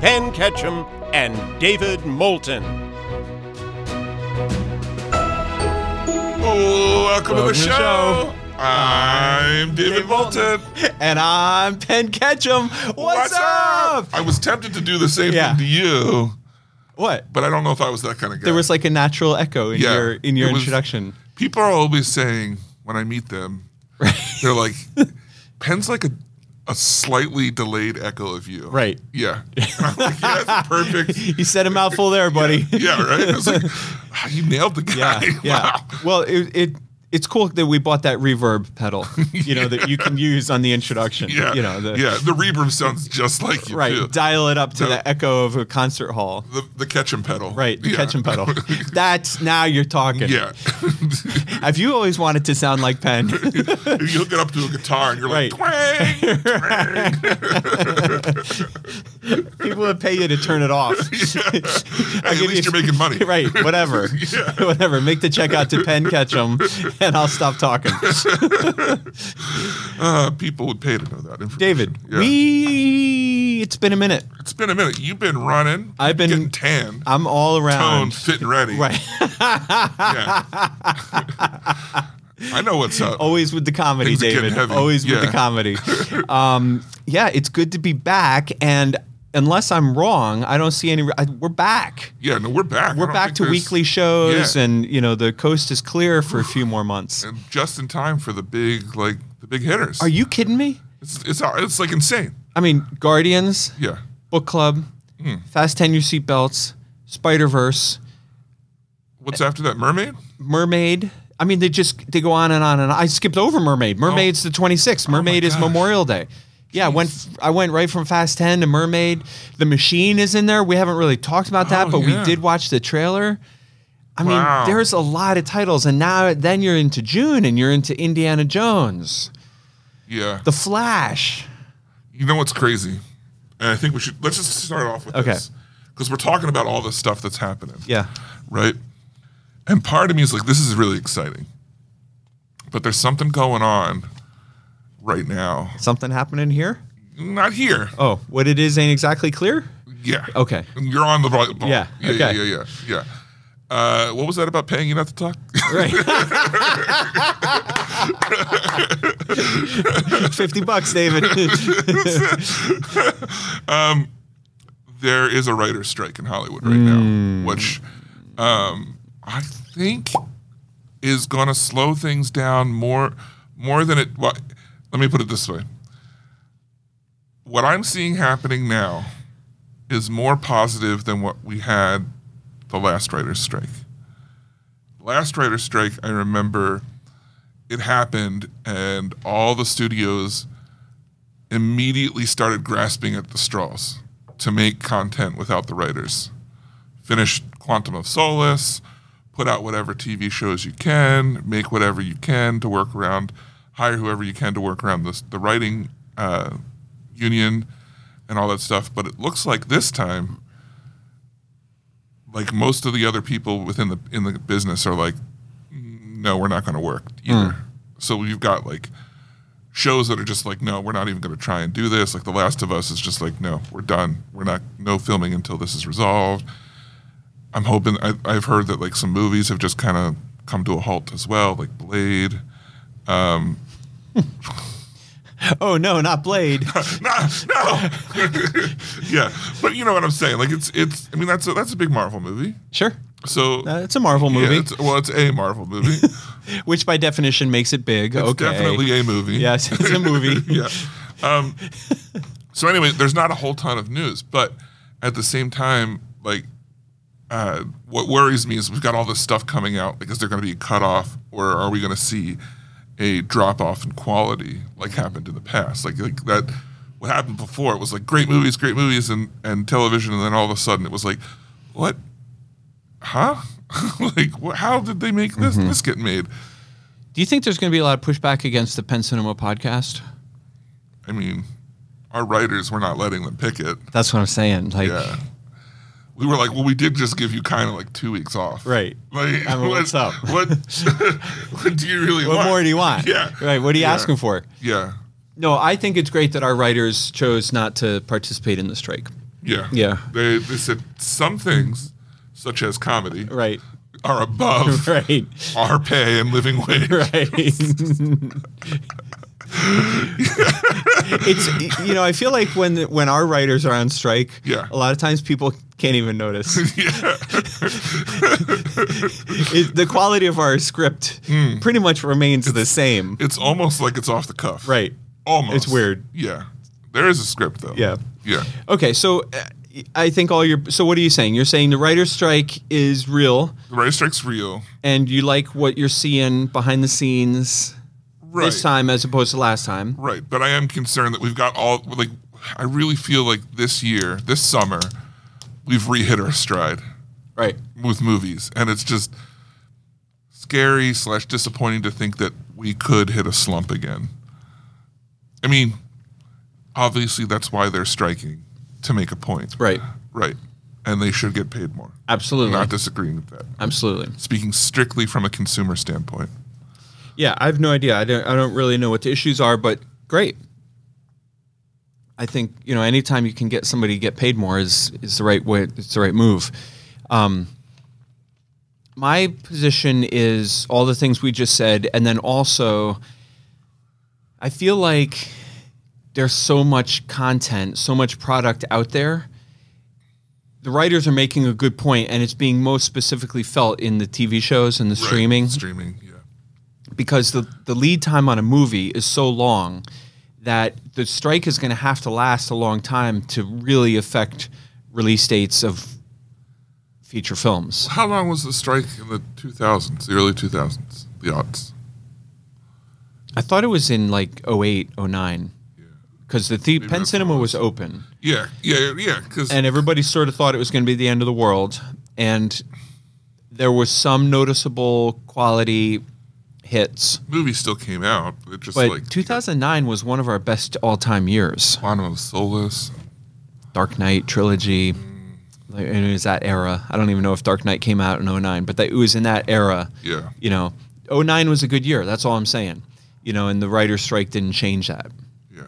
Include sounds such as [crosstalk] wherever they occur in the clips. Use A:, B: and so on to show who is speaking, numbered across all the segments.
A: Penn Ketchum and David Moulton.
B: Welcome, to the show. I'm David Moulton.
C: And I'm Penn Ketchum. What's, up?
B: I was tempted to do the same
C: Yeah.
B: thing to you,
C: What?
B: but I don't know if I was that kind of guy.
C: There was like a natural echo in
B: Yeah,
C: your in your
B: it was-
C: introduction.
B: People are always saying when I meet them, they're like, [laughs] Penn's like a, a slightly delayed echo of you.
C: Right.
B: Yeah. [laughs] And I'm like, yeah, that's perfect.
C: [laughs] You
B: [laughs]
C: said a mouthful there, buddy.
B: Yeah, right? I was like, "Ah, you nailed the
C: [laughs]
B: guy.
C: Yeah,
B: [laughs]
C: yeah.
B: Wow.
C: Well, it, it it's cool that we bought that reverb pedal,
B: [laughs]
C: you know, that you can use on the introduction.
B: Yeah.
C: You know, the,
B: yeah, the reverb sounds just like you,
C: right.
B: too.
C: Dial it up to
B: No.
C: the echo of a concert hall.
B: the, the catch and pedal.
C: Right, the
B: Yeah.
C: catch and pedal. That's now you're talking. [laughs]
B: [laughs] Yeah. [laughs]
C: Have you always wanted to sound like Penn?
B: you hook it up to a guitar and you're
C: [laughs]
B: like, twang.
C: People would pay you to turn it
B: [laughs]
C: off. [laughs]
B: Hey, at
C: give
B: least
C: you-
B: you're making money.
C: [laughs] right,
B: [laughs]
C: whatever. [laughs] Whatever. Make the check out to Penn Ketchum [laughs] and I'll stop
B: [laughs]
C: talking.
B: Uh, people would pay to know that. information.
C: David,
B: Yeah.
C: we it's been a minute.
B: It's been a minute. You've been running.
C: I've been-
B: getting tan,
C: I'm all
B: toned,
C: around.
B: fit and ready.
C: Right.
B: Yeah. I know what's up.
C: Always with the comedy,
B: Things are getting
C: David.
B: heavy.
C: Always with
B: Yeah.
C: the
B: [laughs]
C: comedy. um, yeah, it's good to be back and unless I'm wrong, I don't see any I, we're back.
B: yeah, no, we're back. I
C: We're
B: don't
C: back
B: think
C: to
B: there's-
C: weekly shows
B: Yeah.
C: and you know the coast is clear for a few more months.
B: and just in time for the big like the big hitters.
C: Are you kidding me?
B: It's it's, uh, it's like insane.
C: I mean, Guardians,
B: Yeah.
C: Book Club,
B: Hmm.
C: Fast Ten Your Seatbelts, Spider Verse,
B: What's after that? Mermaid?
C: Mermaid. I mean, they just they go on and on and on. I skipped over Mermaid. Mermaid's the 26th. Mermaid is
B: Oh. gosh.
C: Memorial Day. Yeah, I went I went right from Fast 10 to Mermaid. The Machine is in there. We haven't really talked about that,
B: Oh,
C: but
B: yeah.
C: we did watch the trailer. I mean,
B: Wow.
C: there's a lot of titles and now then you're into June and you're into Indiana Jones,
B: Yeah.
C: The Flash.
B: You know what's crazy? And I think we should let's just start off with
C: Okay.
B: this because we're talking about all the stuff that's happening.
C: Yeah.
B: right? And part of me is like, this is really exciting, but there's something going on right now.
C: Something happening here?
B: Not here.
C: Oh, what it is ain't exactly clear?
B: Yeah.
C: Okay.
B: And You're on the right ball.
C: Yeah,
B: Yeah.
C: okay.
B: Yeah. Yeah. Yeah. yeah. Uh, what was that about paying you not to talk?
C: [laughs] Right. 50 bucks, David.
B: there is a writer's strike in Hollywood right now, which um, I think is going to slow things down more more than it. Well, let me put it this way: what I'm seeing happening now is more positive than what we had the last writer's strike. Last writer's strike, I remember it happened, and all the studios immediately started grasping at the straws to make content without the writers. Finish Quantum of Solace, put out whatever TV shows you can, make whatever you can to work around, hire whoever you can to work around this, the writing uh, union and all that stuff. But it looks like this time, like most of the other people within the in the business are like, "Mm, no, we're not going to work either. So you've got like shows that are just like, no, we're not even going to try and do this. Like The Last of Us is just like, no, we're done. We're not no filming until this is resolved. I'm hoping I, I've heard that like some movies have just kind of come to a halt as well, like Blade. [laughs]
C: oh, no, not Blade.
B: no, no. [laughs] yeah, but you know what I'm saying. Like it's it's. I mean that's a, that's a big Marvel movie.
C: Sure.
B: So
C: Uh, it's a Marvel
B: yeah,
C: movie,
B: it's, well, it's a Marvel movie.
C: [laughs] which by definition makes it big.
B: It's
C: okay.
B: definitely a movie.
C: Yes, it's
B: [laughs]
C: a movie.
B: yeah. Um, so anyway, there's not a whole ton of news, but at the same time, like, uh, what worries me is we've got all this stuff coming out. Like, is there going to be a cutoff, or are we going to see a drop off in quality like happened in the past? Like, like that what happened before. It was like great movies, great movies, and and television, and then all of a sudden it was like, what? Huh? [laughs] like, wh- how did they make this
C: Mm-hmm.
B: this get made?
C: Do you think there's going to be a lot of pushback against the Penn Cinema podcast?
B: I mean, our writers were not letting them pick it.
C: That's what I'm saying. Like,
B: Yeah. We were like, well, we did just give you kind of like two weeks off.
C: Right.
B: Like,
C: I mean, what's up?
B: What, [laughs] what do you really
C: what
B: want?
C: more do you want?
B: Yeah.
C: Right. What are you
B: Yeah.
C: asking for?
B: Yeah.
C: No, I think it's great that our writers chose not to participate in the strike.
B: Yeah.
C: Yeah.
B: They, they said some things, such as comedy,
C: Right.
B: are
C: [laughs]
B: above
C: Right.
B: our pay and living
C: [laughs]
B: wage.
C: Right. it's you know I feel like when when our writers are on strike,
B: Yeah.
C: a lot of times people can't even
B: [laughs]
C: notice.
B: [laughs] Yeah.
C: it, the quality of our script pretty much remains the same.
B: Hmm. It's almost like it's off the cuff.
C: Right.
B: Almost.
C: It's weird.
B: Yeah. There is a script, though.
C: Yeah.
B: Yeah.
C: Okay, so uh, I think all your so what are you saying? You're saying the writer's strike is real
B: The writer's strike's real.
C: and you like what you're seeing behind the scenes
B: Right.
C: this time as opposed to last time.
B: Right, but I am concerned that we've got all like I really feel like this year, this summer, we've re-hit our stride
C: Right.
B: with movies, and it's just scary slash disappointing to think that we could hit a slump again. I mean, obviously that's why they're striking to make a point,
C: Right. Mm-hmm.
B: Right, and they should get paid more.
C: Absolutely.
B: Not disagreeing with that.
C: Absolutely.
B: Speaking strictly from a consumer standpoint,
C: Yeah, I have no idea. I don't I don't really know what the issues are, but great. I think, you know, anytime you can get somebody to get paid more is is the right way it's the right move. Um my position is all the things we just said and then also I feel like there's so much content, so much product out there. The writers are making a good point and it's being most specifically felt in the TV shows and the
B: Right,
C: streaming
B: streaming, yeah,
C: because the, the lead time on a movie is so long that the strike is going to have to last a long time to really affect release dates of feature films.
B: How long was the strike in the 2000s, the early 2000s, the odds?
C: I thought it was in like 08, 09. Because the, the Penn
B: that's
C: Cinema was open,
B: Yeah, yeah, yeah, because
C: and everybody sort of thought it was going to be the end of the world, and there was some noticeable quality hits.
B: movie still came out. It just
C: But
B: like
C: 2009 was one of our best all-time years.
B: Quantum of Solace.
C: Dark Knight trilogy. Like, and it was that era. I don't even know if Dark Knight came out in 09, but that, it was in that era.
B: Yeah.
C: You know, 09 was a good year. That's all I'm saying. You know, and the writer's strike didn't change that.
B: Yeah.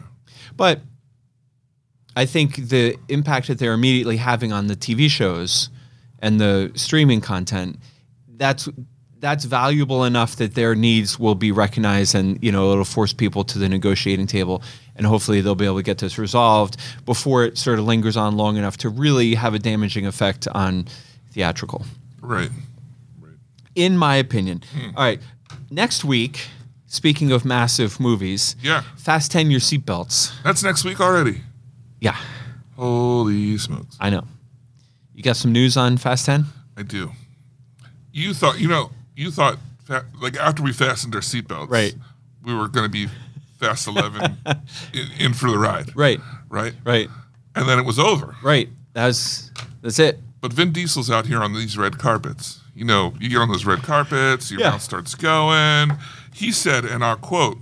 C: But I think the impact that they're immediately having on the TV shows and the streaming content, that's that's valuable enough that their needs will be recognized and you know it'll force people to the negotiating table and hopefully they'll be able to get this resolved before it sort of lingers on long enough to really have a damaging effect on theatrical
B: Right.
C: in my opinion all right next week speaking of massive movies
B: Yeah.
C: fast 10 your seatbelts
B: That's next week already.
C: yeah
B: Holy smokes.
C: I know. You got some news on Fast 10?
B: I do. You thought, you know, you thought, fa- like, after we fastened our seatbelts,
C: Right.
B: we were going to be fast
C: [laughs]
B: 11 in, in for the ride.
C: Right,
B: Right.
C: right,
B: And then it was over.
C: right. That's that's it.
B: But Vin Diesel's out here on these red carpets. You know, you get on those red carpets, your
C: Yeah.
B: mouth starts going. He said, and I'll quote,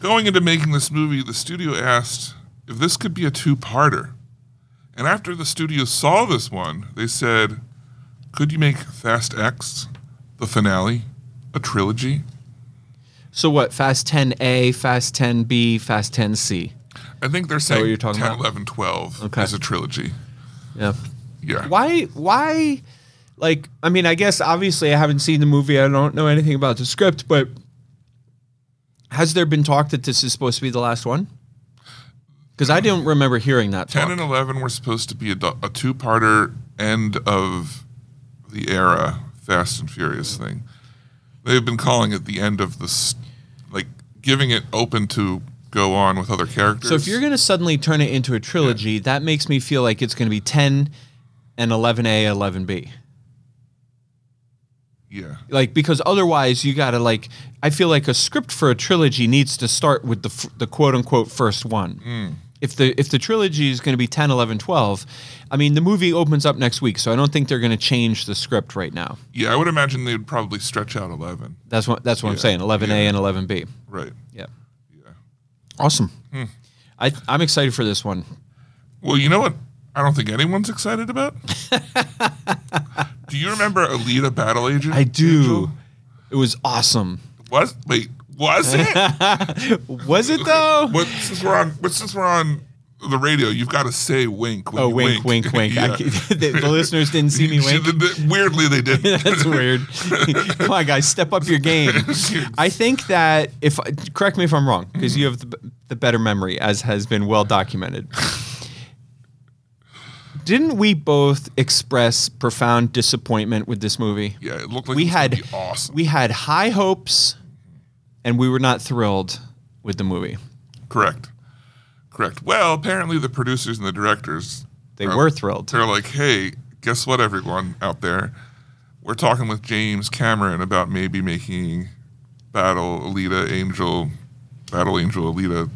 B: going into making this movie, the studio asked if this could be a two parter. And after the studio saw this one, they said, could you make Fast X, the finale, a trilogy?
C: So what? Fast 10A, Fast 10B, Fast 10C.
B: I think they're
C: what
B: saying
C: you're talking
B: 10,
C: about?
B: 11, 12
C: Okay.
B: is a trilogy.
C: Yeah.
B: Yeah.
C: Why why like I mean, I guess obviously I haven't seen the movie. I don't know anything about the script, but has there been talk that this is supposed to be the last one? Cuz I don't remember hearing that
B: 10
C: talk.
B: and 11 were supposed to be a, du- a two-parter end of the era fast and furious thing they've been calling it the end of this like giving it open to go on with other characters
C: So if you're going to suddenly turn it into a trilogy, that makes me feel like it's going to be 10 and 11A, 11B.
B: yeah
C: like because otherwise you gotta like i feel like a script for a trilogy needs to start with the f- the quote unquote first one if the if the trilogy is going to be 10, 11, 12, I mean the movie opens up next week, so I don't think they're going to change the script right now.
B: Yeah, I would imagine they'd probably stretch out 11.
C: That's what that's what I'm saying. 11A and 11B.
B: Right.
C: Yeah. Hmm. Awesome. I I'm excited for this one.
B: Well, you know what? I don't think anyone's
C: [laughs]
B: excited about. do you remember Alita Battle Agent?
C: I do. It was awesome.
B: Was wait,
C: [laughs]
B: was it?
C: Was it though?
B: But since we're on, but since we're on the radio, you've got to say
C: [laughs]
B: wink. wink
C: [laughs] Oh, wink, wink, wink.
B: [laughs] Yeah.
C: I, the, the listeners [laughs] didn't
B: [laughs]
C: see me
B: You
C: wink.
B: should- Weirdly,
C: [laughs]
B: they did. [laughs]
C: That's weird. Come on, guys, step up your game. I think that if correct me if I'm wrong, because you have the, the better memory, as has been well documented. Didn't we both express profound disappointment with this movie?
B: Yeah, it looked like
C: we
B: it was gonna
C: had
B: be awesome.
C: we had high hopes, and we were not thrilled with the movie.
B: Correct. Correct. Well, apparently the producers and the directors
C: They
B: are-
C: were thrilled.
B: They're like, hey, guess what, everyone out there, we're talking with James Cameron about maybe making Battle Alita Angel, Battle Angel Alita,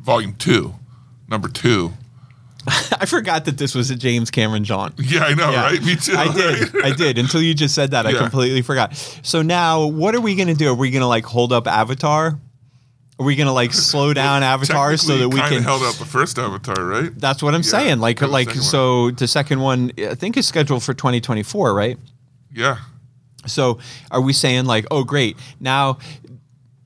B: Volume Two, Number Two.
C: [laughs]
B: [laughs]
C: I forgot that this was a James Cameron John.
B: Yeah, I know,
C: Yeah.
B: right? Me too.
C: I did.
B: right?
C: I
B: [laughs]
C: did. Until you just said that, I
B: Yeah.
C: completely forgot. So now, what are we going to do? Are we going to like hold up Avatar? Are we going to like
B: [laughs]
C: slow down Avatar so that
B: Technically,
C: we
B: kinda
C: can?
B: held out the first Avatar, right?
C: That's what I'm saying. Like,
B: for the
C: like
B: second
C: so, the second one I think is scheduled for 2024, right?
B: yeah.
C: So, are we saying like, oh, great? Now,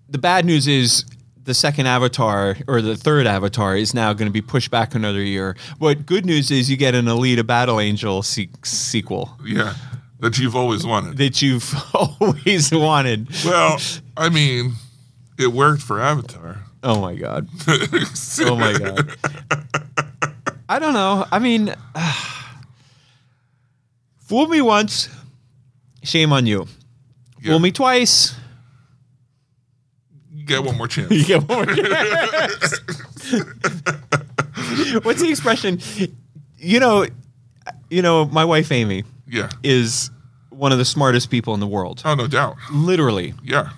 C: the bad news is the second Avatar or the third Avatar is now going to be pushed back another year. But good news is you get an Alita Battle Angel se- sequel.
B: Yeah. That you've always wanted.
C: that you've [laughs] always wanted.
B: well, I mean, it worked for Avatar.
C: Oh my
B: [laughs]
C: god. Oh my god. I don't know. I mean, [sighs] fool me once, shame on you.
B: Yeah.
C: Fool me
B: [laughs]
C: twice,
B: You Get one more
C: [laughs]
B: chance.
C: you get more. What's the expression? You know, you know, my wife Amy
B: Yeah.
C: is one of the smartest people in the world,
B: Oh, no doubt.
C: literally.
B: Yeah.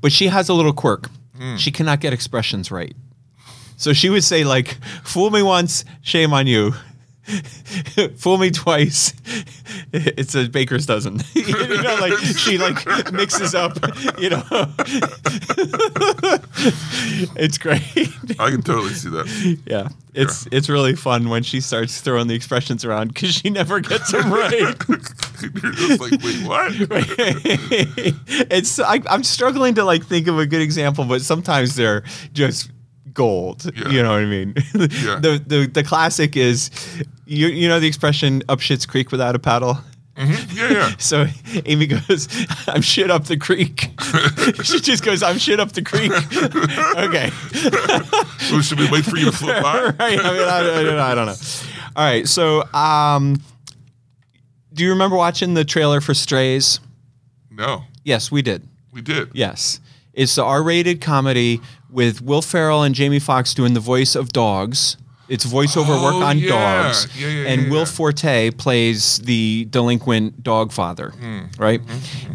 C: but she has a little quirk. She cannot get expressions right. So she would say like, "Fool me once, shame on you. [laughs] Fool me twice, [laughs] it's a baker's dozen." [laughs] you know, like she like mixes up. You know, [laughs] it's great. [laughs]
B: I can totally see that. [laughs]
C: yeah, it's it's really fun when she starts throwing the expressions around because she never gets them right.
B: You're just like,
C: [laughs]
B: wait, what?
C: it's I, I'm struggling to like think of a good example, but sometimes they're just gold.
B: Yeah.
C: You know what I mean? [laughs] the, the the classic is you you know the expression up shit's creek without a paddle.
B: Mm-hmm.
C: [laughs]
B: Yeah, yeah.
C: So Amy goes, [laughs] "I'm shit up the creek." [laughs] she just goes, "I'm shit up the creek." [laughs] okay, [laughs]
B: So should we wait for you to flip by?
C: right? I mean, I, I don't know, I don't know. All right, so um, do you remember watching the trailer for Strays?
B: No,
C: Yes, we did.
B: we did.
C: Yes. It's the R-rated comedy with Will Ferrell and Jamie Foxx doing the voice of dogs. It's voiceover
B: Oh,
C: work on
B: yeah.
C: dogs.
B: Yeah, yeah,
C: and
B: yeah,
C: Will
B: yeah.
C: Forte plays the delinquent dog father,
B: Hmm.
C: right?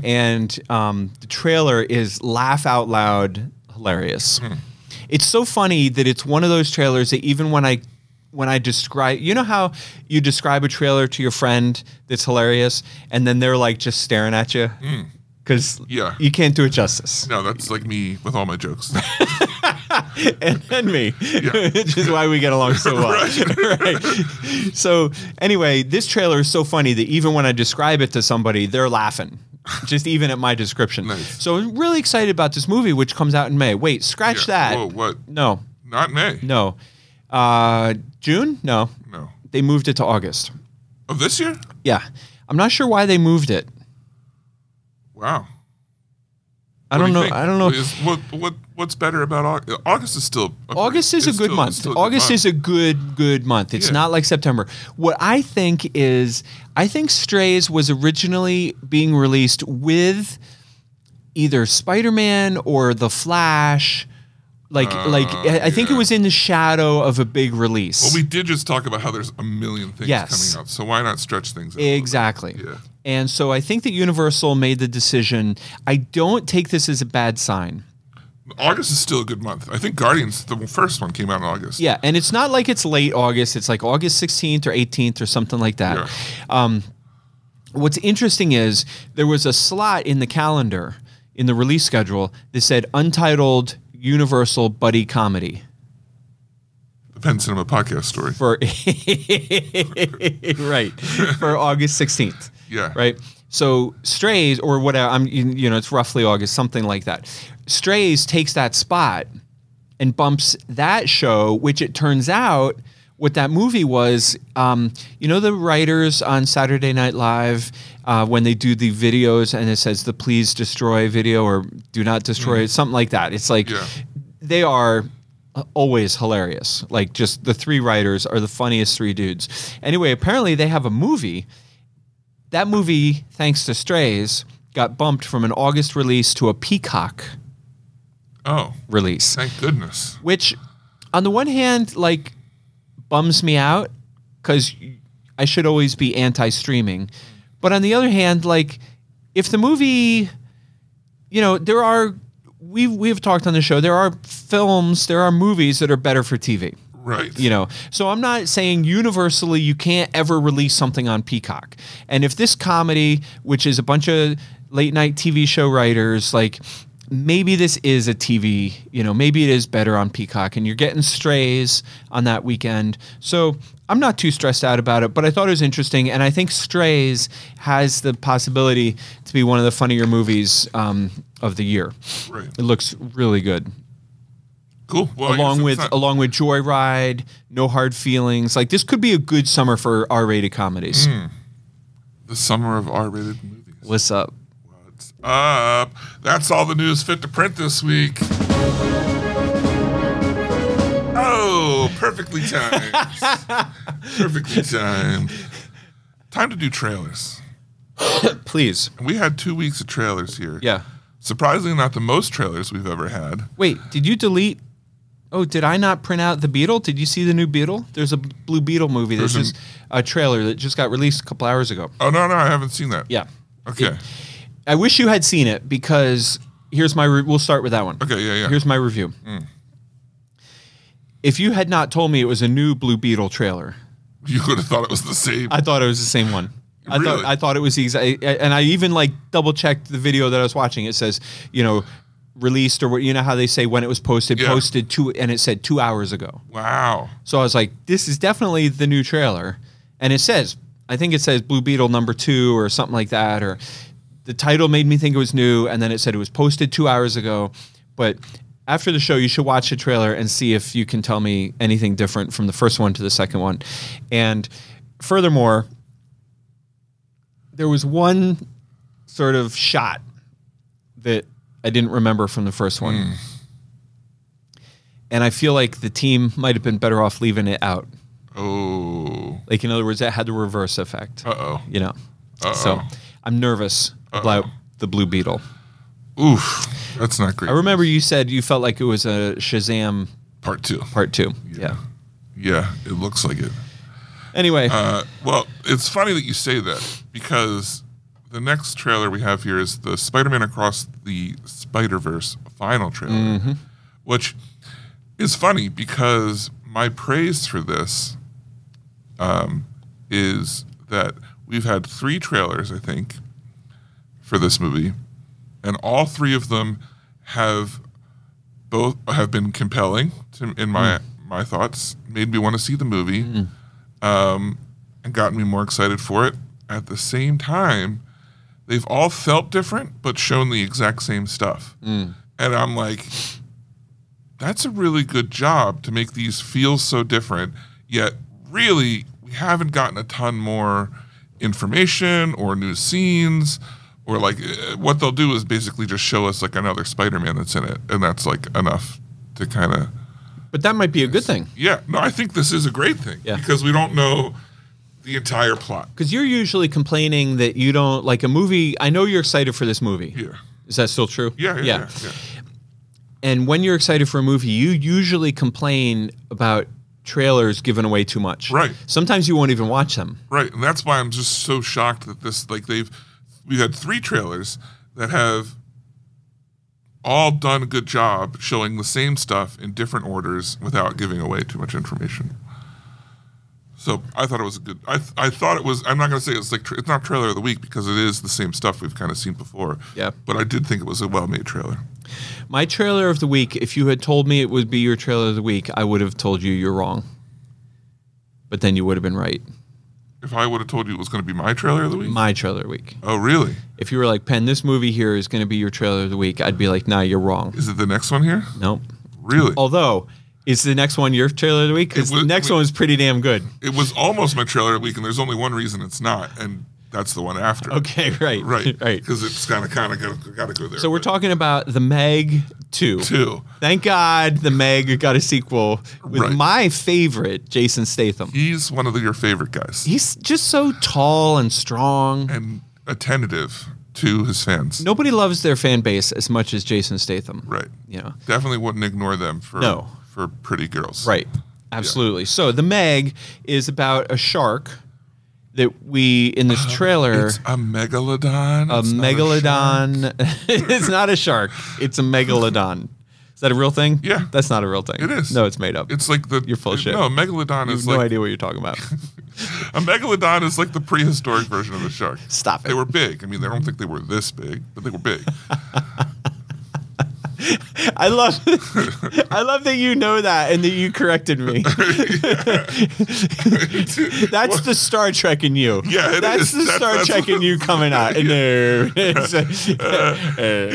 C: And um, the trailer is laugh out loud hilarious.
B: Hmm.
C: It's so funny that it's one of those trailers that even when I when I describe, you know how you describe a trailer to your friend that's hilarious, and then they're like just staring at you because
B: Hmm. Yeah.
C: you can't do it justice.
B: No, that's like me with all my jokes.
C: [laughs] and then me,
B: Yeah.
C: [laughs] which is why we get along so
B: [laughs]
C: well. [laughs] right. So anyway, this trailer is so funny that even when I describe it to somebody, they're
B: [laughs]
C: laughing. Just even at my description.
B: Nice.
C: So I'm really excited about this movie, which comes out in May. Wait, scratch
B: Yeah.
C: that.
B: Whoa, what?
C: No,
B: Not May.
C: no. Uh, June? No.
B: No.
C: They moved it to August.
B: Of this year?
C: Yeah. I'm not sure why they moved it.
B: Wow.
C: I
B: What
C: don't
B: do you
C: know.
B: think?
C: I don't know.
B: Is- what what what's better about August? August is still a-
C: August is a
B: it's
C: good
B: still-
C: month.
B: it's still
C: August
B: good
C: is a good good month. It's
B: Yeah.
C: not like September. What I think is I think Strays was originally being released with either Spider-Man or The Flash. Like
B: Ah,
C: like I I think it was in the shadow of a big release.
B: Well, we did just talk about how there's a million things
C: Yes.
B: coming out, so why not stretch things out?
C: Exactly.
B: Yeah.
C: And so I think that Universal made the decision. I don't take this as a bad sign.
B: August is still a good month. I think Guardians, the first one, came out in August.
C: Yeah, and it's not like it's late August. It's like August 16th or 18th or something like that.
B: Yeah.
C: Um, what's interesting is there was a slot in the calendar, in the release schedule, that said Untitled Universal Buddy Comedy.
B: The Penn Cinema podcast story.
C: for [laughs] right for August 16th.
B: Yeah.
C: Right. So Strays or whatever I'm you you know it's roughly August something like that. Strays takes that spot and bumps that show which it turns out what that movie was um, you know the writers on Saturday Night Live uh, when they do the videos and it says the please destroy video or do not destroy something like that. It's like
B: Yeah.
C: they are always hilarious. Like just the three writers are the funniest three dudes. Anyway, apparently they have a movie. That movie, thanks to Strays, got bumped from an August release to a Peacock
B: Oh,
C: release,
B: thank goodness.
C: which on the one hand like bums me out cuz I should always be anti-streaming. But on the other hand, like if the movie you know, there are we've we've talked on the show, there are films, there are movies that are better for TV
B: Right.
C: you know so i'm not saying universally you can't ever release something on peacock and if this comedy which is a bunch of late night tv show writers like maybe this is a tv you know maybe it is better on peacock and you're getting strays on that weekend so i'm not too stressed out about it but i thought it was interesting and i think strays has the possibility to be one of the funnier movies um, of the year
B: Right.
C: it looks really good
B: Cool. Well, I guess
C: along
B: Oh, it's
C: with
B: not-
C: along with Joyride, No Hard Feelings. Like this could be a good summer for R-rated comedies.
B: Hmm. the summer of R-rated movies.
C: What's up?
B: What's up? That's all the news fit to print this week. Oh, perfectly
C: [laughs]
B: timed. perfectly timed. Time to do trailers.
C: Please.
B: We had two weeks of trailers here.
C: Yeah.
B: Surprisingly, not the most trailers we've ever had.
C: Wait, did you delete Oh, did I not print out the Beetle? Did you see the new Beetle? There's a Blue Beetle movie that's
B: There's
C: just a trailer that just got released a couple hours ago.
B: Oh no, no, I haven't seen that.
C: Yeah.
B: Okay.
C: I wish you had seen it because here's my re- we'll start with that one.
B: Okay, Hmm. yeah, yeah.
C: Here's my review. If you had not told me it was a new Blue Beetle trailer,
B: you could have thought it was the same.
C: I thought it was the same one. I thought
B: Really?
C: I thought it was the exact, and I even like double checked the video that I was watching. It says, you know, released or what you know how they say when it was posted,
B: Yeah.
C: posted two, and it said two hours ago.
B: wow.
C: So I was like, this is definitely the new trailer, and it says, I think it says Blue Beetle number two or something like that, or the title made me think it was new, and then it said it was posted two hours ago, but. After the show, you should watch the trailer and see if you can tell me anything different from the first one to the second one. And furthermore, there was one sort of shot that I didn't remember from the first one. And I feel like the team might have been better off leaving it out.
B: Oh.
C: Like, in other words, that had the reverse effect,
B: Uh
C: you know? So I'm nervous about the Blue Beetle.
B: oh. Oof. That's not great.
C: I remember you said you felt like it was a Shazam
B: Part two.
C: part two. Yeah.
B: Yeah, it looks like it.
C: Anyway,
B: Uh, well, it's funny that you say that because the next trailer we have here is the Spider-Man Across the Spider-Verse final trailer, which is funny because my praise for this um, is that we've had three trailers, I think, for this movie, and all three of them have both have been compelling to, in my my thoughts, made me want to see the movie and gotten me more excited for it. At the same time, they've all felt different but shown the exact same stuff. And I'm like, that's a really good job to make these feel so different, yet really we haven't gotten a ton more information or new scenes or like eh, what they'll do is basically just show us like another Spider-Man that's in it and that's like enough to kind of
C: but that might be a good thing.
B: yeah, no, I think this is a great thing
C: Yeah.
B: because we don't know the entire plot.
C: Because you're usually complaining that you don't like a movie. I know you're excited for this movie.
B: Yeah.
C: Is that still true?
B: Yeah, yeah, yeah. yeah.
C: And when you're excited for a movie, you usually complain about trailers giving away too much.
B: Right.
C: Sometimes you won't even watch them.
B: Right, and that's why I'm just so shocked that this like they've we've had three trailers that have all done a good job showing the same stuff in different orders without giving away too much information. So I thought it was a good. I th- I thought it was. I'm not going to say it's like tra- it's not trailer of the week because it is the same stuff we've kind of seen before.
C: Yeah.
B: But I did think it was a well-made trailer.
C: My trailer of the week, if you had told me it would be your trailer of the week, I would have told you you're wrong. But then you would have been right.
B: If I would have told you it was going to be my trailer of the week.
C: My trailer of the week.
B: oh really?
C: If you were like, Penn, this movie here is going to be your trailer of the week, I'd be like, nah, you're wrong.
B: Is it the next one here?
C: Nope.
B: Really?
C: Although, is the next one your trailer of the week? Because
B: It
C: the
B: would-
C: next
B: would-
C: one is pretty damn good. [laughs]
B: It was almost my trailer of the week, and there's only one reason it's not, and that's the one after.
C: Okay, right.
B: Right.
C: [laughs] right.
B: Because it's kind of kind of got to go there.
C: So we're
B: But
C: talking about The Meg 2.
B: two.
C: Thank God The Meg got a sequel with
B: Right.
C: my favorite, Jason Statham.
B: He's one of the, your favorite guys
C: He's just so tall and strong.
B: and attentive to his fans.
C: Nobody loves their fan base as much as Jason Statham.
B: Right.
C: You know.
B: Definitely wouldn't ignore them for
C: No.
B: for pretty girls.
C: Right. Absolutely. So the Meg is about a shark that we in
B: [gasps]
C: this trailer
B: It's a megalodon.
C: a
B: It's not shark.
C: megalodon. [laughs] it's not a shark. It's a megalodon. Is that a real thing?
B: Yeah.
C: That's not a real thing.
B: It is.
C: No, it's made up.
B: It's like the
C: You're full of shit.
B: No, megalodon
C: you
B: is
C: have no
B: like
C: idea what you're talking
B: [laughs]
C: about.
B: a megalodon is like the prehistoric version of a shark.
C: Stop it.
B: They were big. I mean, I don't think they were this big, but they
C: [laughs]
B: were big. [laughs]
C: I love [laughs] I love that you know that and that you corrected
B: [laughs]
C: me. That's the Star Trek in you.
B: Yeah, it
C: that's
B: is.
C: the
B: That's-
C: Star
B: that's
C: Trek
B: [laughs]
C: in you coming out. No, [laughs]
B: Uh,
C: uh,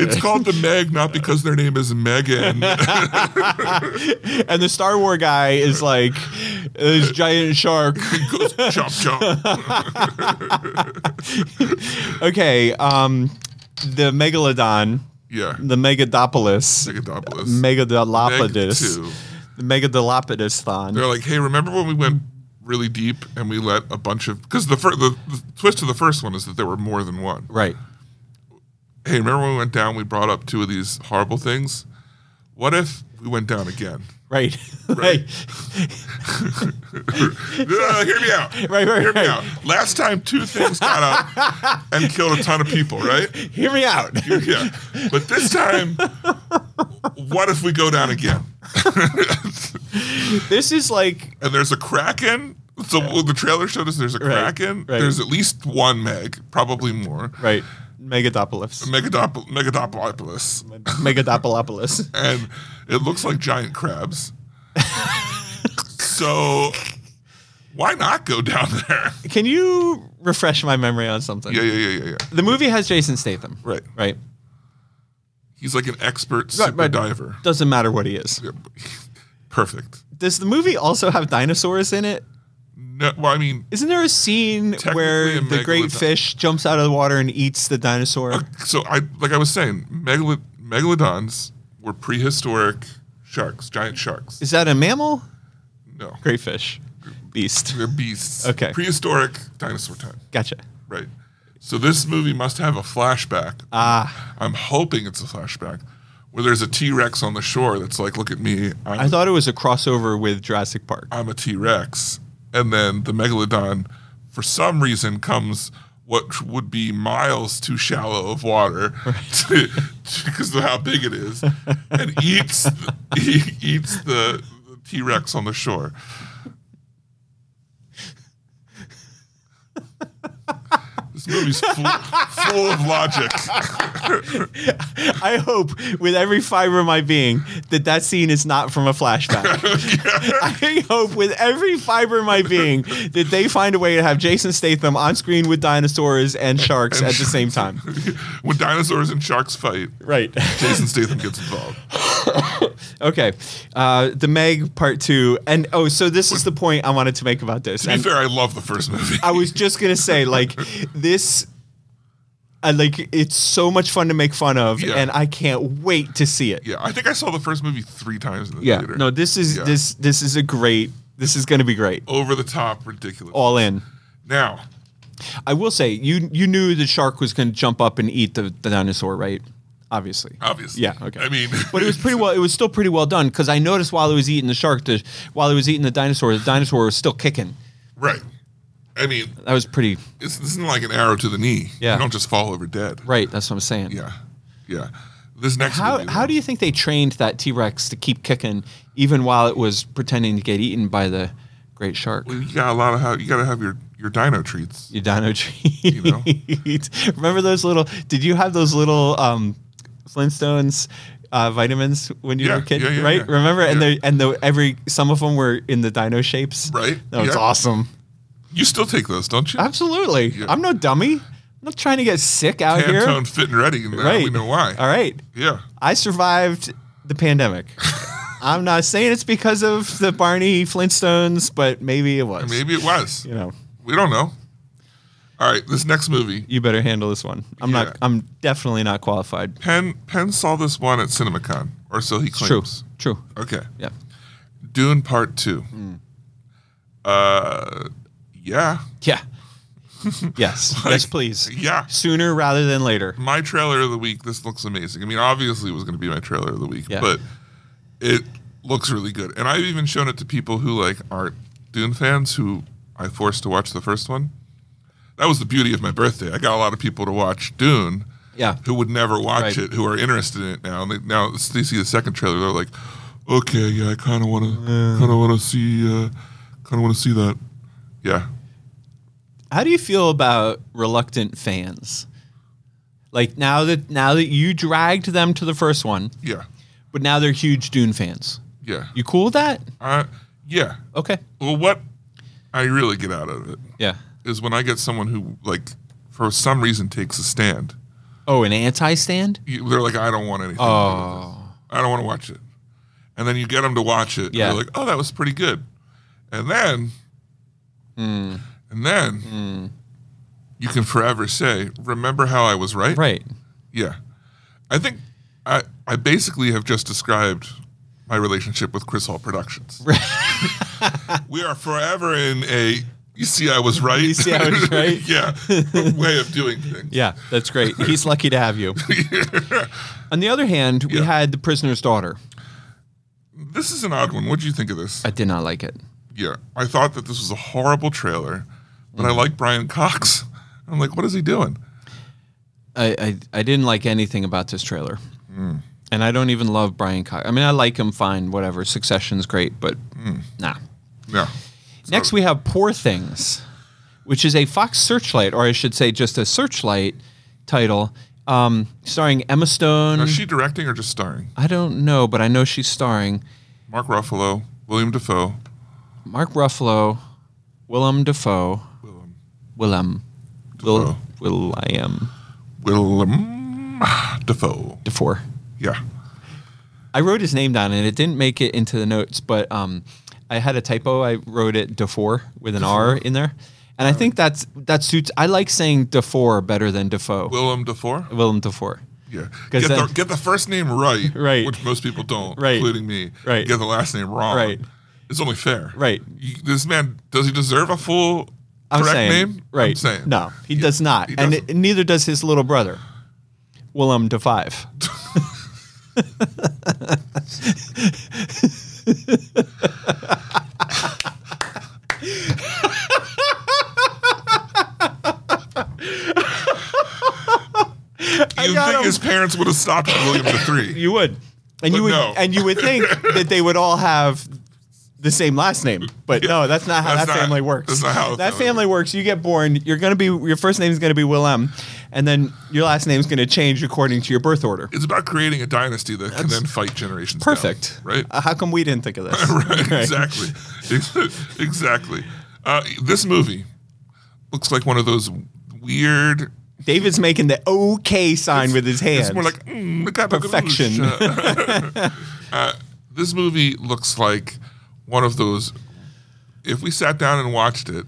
B: It's called the Meg, not because their name is
C: [laughs]
B: Megan. [laughs]
C: and the Star War guy is like this giant
B: [laughs]
C: shark.
B: goes chomp
C: [laughs]
B: chomp.
C: Okay, um, the megalodon,
B: Yeah.
C: the megadopolis,
B: Megadopolis. Meg
C: megadolopidus,
B: two.
C: the megadolopidus thon.
B: They're like, hey, remember when we went really deep and we let a bunch of because the, fir- the the twist of the first one is that there were more than one.
C: Right.
B: Hey, remember when we went down? We brought up two of these horrible things. What if we went
C: [laughs]
B: down again?
C: Right. right.
B: Uh, hear me out.
C: Right, right,
B: Hear me
C: right.
B: out. Last time, two things got up and killed a ton of people.
C: [laughs]
B: Right.
C: Hear me out.
B: Yeah. But this time, what if we go down again?
C: [laughs] This is like
B: and there's a kraken. So well, the trailer showed us there's a
C: Right,
B: kraken.
C: right.
B: There's at least one Meg, probably more.
C: right megadopolis,
B: Megadop- Megadopolis,
C: megadopolopolis.
B: and it looks like giant crabs. so why not go down
C: [laughs]
B: there?
C: Can you refresh my memory on something?
B: Yeah, yeah, yeah, yeah, yeah.
C: The movie has Jason Statham.
B: Right.
C: Right.
B: He's like an expert super
C: right.
B: diver.
C: Doesn't matter what he is.
B: Perfect.
C: Does the movie also have dinosaurs in it?
B: No, well, I mean,
C: Isn't there a scene
B: Technically
C: where
B: a
C: the great
B: megalodon.
C: fish jumps out of the water and eats the dinosaur?
B: so I like I was saying, megalod- megalodons were prehistoric sharks, giant sharks.
C: Is that a mammal?
B: No,
C: Great fish. Beast.
B: They're beasts.
C: Okay.
B: Prehistoric dinosaur time.
C: Gotcha.
B: Right. So this movie must have a flashback.
C: Ah,
B: I'm hoping it's a flashback where there's a T Rex on the shore that's like, look at me. I'm,
C: I thought it was a crossover with Jurassic Park. [laughs]
B: I'm a T Rex. And then the megalodon, for some reason, comes what would be miles too shallow
C: [laughs]
B: of water [laughs] because of how big it is and eats, the- [laughs] he eats the T Rex on the shore. This movie's full, full of logic.
C: I hope with every fiber of my being that that scene is not from a
B: [laughs]
C: flashback. [laughs] I hope with every fiber of my being that they find a way to have Jason Statham on screen with dinosaurs and sharks at the same time.
B: when dinosaurs and sharks fight,
C: Right.
B: Jason Statham gets involved.
C: Okay. Uh, the Meg Part Two, and oh, so this is the point I wanted to make about this.
B: To be
C: And
B: fair, I love the first movie.
C: I was just gonna say, like this. I like it's so much fun to make fun of,
B: Yeah.
C: and I can't wait to see it.
B: yeah, I think I saw the first movie three times in the
C: Yeah.
B: theater.
C: No, this is
B: Yeah.
C: this this is a great. This is going to be great.
B: over the top, ridiculous.
C: All in.
B: now,
C: I will say you you knew the shark was going to jump up and eat the, the dinosaur, right? Obviously.
B: obviously,
C: Yeah. Okay.
B: Uh, I mean,
C: But
B: [laughs]
C: it was pretty well. It was still pretty well done because I noticed while he was eating the shark, the, while he was eating the dinosaur, the dinosaur was still kicking.
B: right. I mean,
C: That was pretty
B: it's, this isn't like an arrow to the knee.
C: Yeah.
B: you don't just fall over dead.
C: right. That's what I'm saying.
B: Yeah, yeah. This next
C: How
B: movie,
C: how
B: though.
C: do you think they trained that T Rex to keep kicking even while it was pretending to get eaten by the great shark?
B: you got a lot of how you got to have your your dino treats.
C: Your
B: [laughs]
C: dino treat. Remember those little? Did you have those little um, Flintstones uh, vitamins when you
B: Yeah,
C: were a kid?
B: yeah, yeah,
C: right.
B: yeah.
C: Remember? And
B: Yeah.
C: they and the every some of them were in the dino shapes.
B: Right,
C: That was
B: yeah.
C: awesome.
B: You still take those, don't you?
C: Absolutely. I'm no dummy. I'm not trying to get sick out here.
B: Pantone Fit and Ready, and now
C: Right.
B: we know why.
C: All right.
B: Yeah.
C: I survived the
B: [laughs]
C: pandemic. I'm not saying it's because of the Barney Flintstones, but maybe it was.
B: Maybe it was.
C: You know,
B: We don't know. All right, this next movie.
C: you better handle this one. I'm
B: Yeah.
C: not. I'm definitely not qualified.
B: Penn Penn saw this one at CinemaCon, or so he
C: True.
B: claims.
C: True.
B: Okay.
C: Yeah.
B: Dune Part Two.
C: Hmm.
B: Uh, yeah, [laughs]
C: Yeah. yes. yes, please.
B: yeah.
C: Sooner rather than later.
B: My trailer of the week. This looks amazing. I mean, obviously, it was going to be my trailer of the week,
C: Yeah.
B: but it looks really good. And I've even shown it to people who like aren't Dune fans, who I forced to watch the first one. That was the beauty of my birthday. I got a lot of people to watch Dune.
C: Yeah.
B: who would never watch
C: Right.
B: it, who are interested in it now, and they, now they see the second trailer, they're like, "Okay, yeah, I kind of want to, kind of want to see, uh, kind of want to see that." Yeah,
C: How do you feel about reluctant fans? Like now that now that you dragged them to the first one,
B: yeah,
C: but now they're huge Dune fans.
B: yeah,
C: You cool with that?
B: uh, yeah.
C: Okay.
B: Well, what I really get out of it
C: Yeah.
B: is when I get someone who, like, for some reason takes a stand.
C: Oh, an anti-stand?
B: You- They're like, "I don't want anything. to do with
C: Oh.
B: this. I don't want to watch it," and then you get them to watch it.
C: Yeah.
B: and they're like, "Oh, that was pretty good," and then,
C: Hmm.
B: and then. You can forever say, "Remember how I was right."
C: Right.
B: Yeah. I think I I basically have just described my relationship with Chris Hall Productions. [laughs] we are forever in a you see I was right.
C: You see I
B: [laughs]
C: was right.
B: yeah. Way of doing things.
C: Yeah, that's great. He's lucky to have you.
B: [laughs]
C: On the other hand, we
B: Yeah.
C: had The Prisoner's Daughter.
B: This is an odd one. What do you think of this?
C: I did not like it.
B: yeah. I thought that this was a horrible trailer, but
C: Mm.
B: I like Brian Cox. [laughs] I'm like, what is he doing?
C: I, I, I didn't like anything about this trailer.
B: Hmm.
C: And I don't even love Brian Cox. I mean, I like him fine, whatever. Succession's great, but
B: Hmm.
C: nah.
B: No.
C: Next, we have Poor Things, which is a Fox Searchlight, or I should say just a Searchlight title, um, starring Emma Stone.
B: Is she directing or just starring?
C: I don't know, but I know she's starring
B: Mark Ruffalo, William Defoe.
C: Mark Ruffalo, Willem Dafoe. Willem. Willem.
B: Dafoe.
C: um, Will, um, William
B: Willem Defoe.
C: Dafoe.
B: Yeah.
C: I wrote his name down and it didn't make it into the notes, but um, I had a typo. I wrote it Defoe with an R in there, and I think that's that suits. I like saying Defoe better than Defoe.
B: Willem Defoe?
C: Willem Defoe.
B: Yeah.
C: 'Cause
B: Get,
C: then-
B: the, get the first name right,
C: Right.
B: which most people don't,
C: Right.
B: including me.
C: Right.
B: Get the last name wrong.
C: Right.
B: It's only fair.
C: Right.
B: You- this man, does he deserve a full
C: I'm
B: correct
C: saying
B: name?
C: right.
B: I'm saying.
C: No, he
B: Yeah,
C: does not,
B: he
C: and
B: doesn't.
C: it, neither does his little brother, Willem Defoe.
B: you
C: got
B: think
C: him.
B: his parents would have
C: [laughs]
B: stopped at William the Three.
C: You would, and you
B: But
C: would,
B: no.
C: and you would
B: [laughs]
C: think that they would all have the same last name, but no, that's not how
B: That's
C: that
B: not-
C: family works.
B: that's not how the
C: that
B: family
C: family works. You get born, you're gonna be your first name is gonna be Willem, and then your last name's gonna change according to your birth order.
B: It's about creating a dynasty that can then fight generations. down,
C: Perfect,
B: right?
C: Uh, how come we didn't think of this? [laughs]
B: [laughs] right, exactly, [laughs] Ex- exactly. Uh, this movie looks like one of those weird.
C: David's making the OK sign with his hands.
B: It's more like mm, look at the
C: Perfection.
B: goosh. uh, [laughs] this movie looks like one of those. If we sat down and watched it,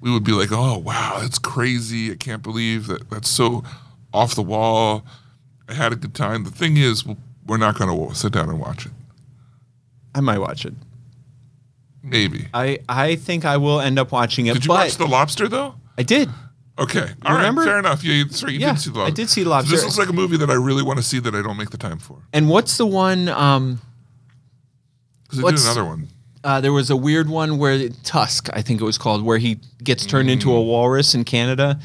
B: we would be like, "Oh wow, that's crazy! I can't believe that. That's so off the wall." I had a good time. The thing is, w- we're not going to sit down and watch it.
C: I might watch it.
B: Maybe.
C: I, I think I will end up watching it.
B: Did you
C: Uh, but
B: watch The Lobster though?
C: I did.
B: Okay. all right,
C: Remember?
B: Fair enough. Yeah, you, sorry, you
C: Yeah,
B: did see The
C: I
B: Lobster.
C: did see
B: So
C: Lobster.
B: this looks like a movie that I really want to see that I don't make the time for.
C: And what's the one? Um,
B: Because they did
C: What's-
B: another one.
C: uh, there was a weird one where Tusk, I think it was called, where he gets turned into a walrus in Canada,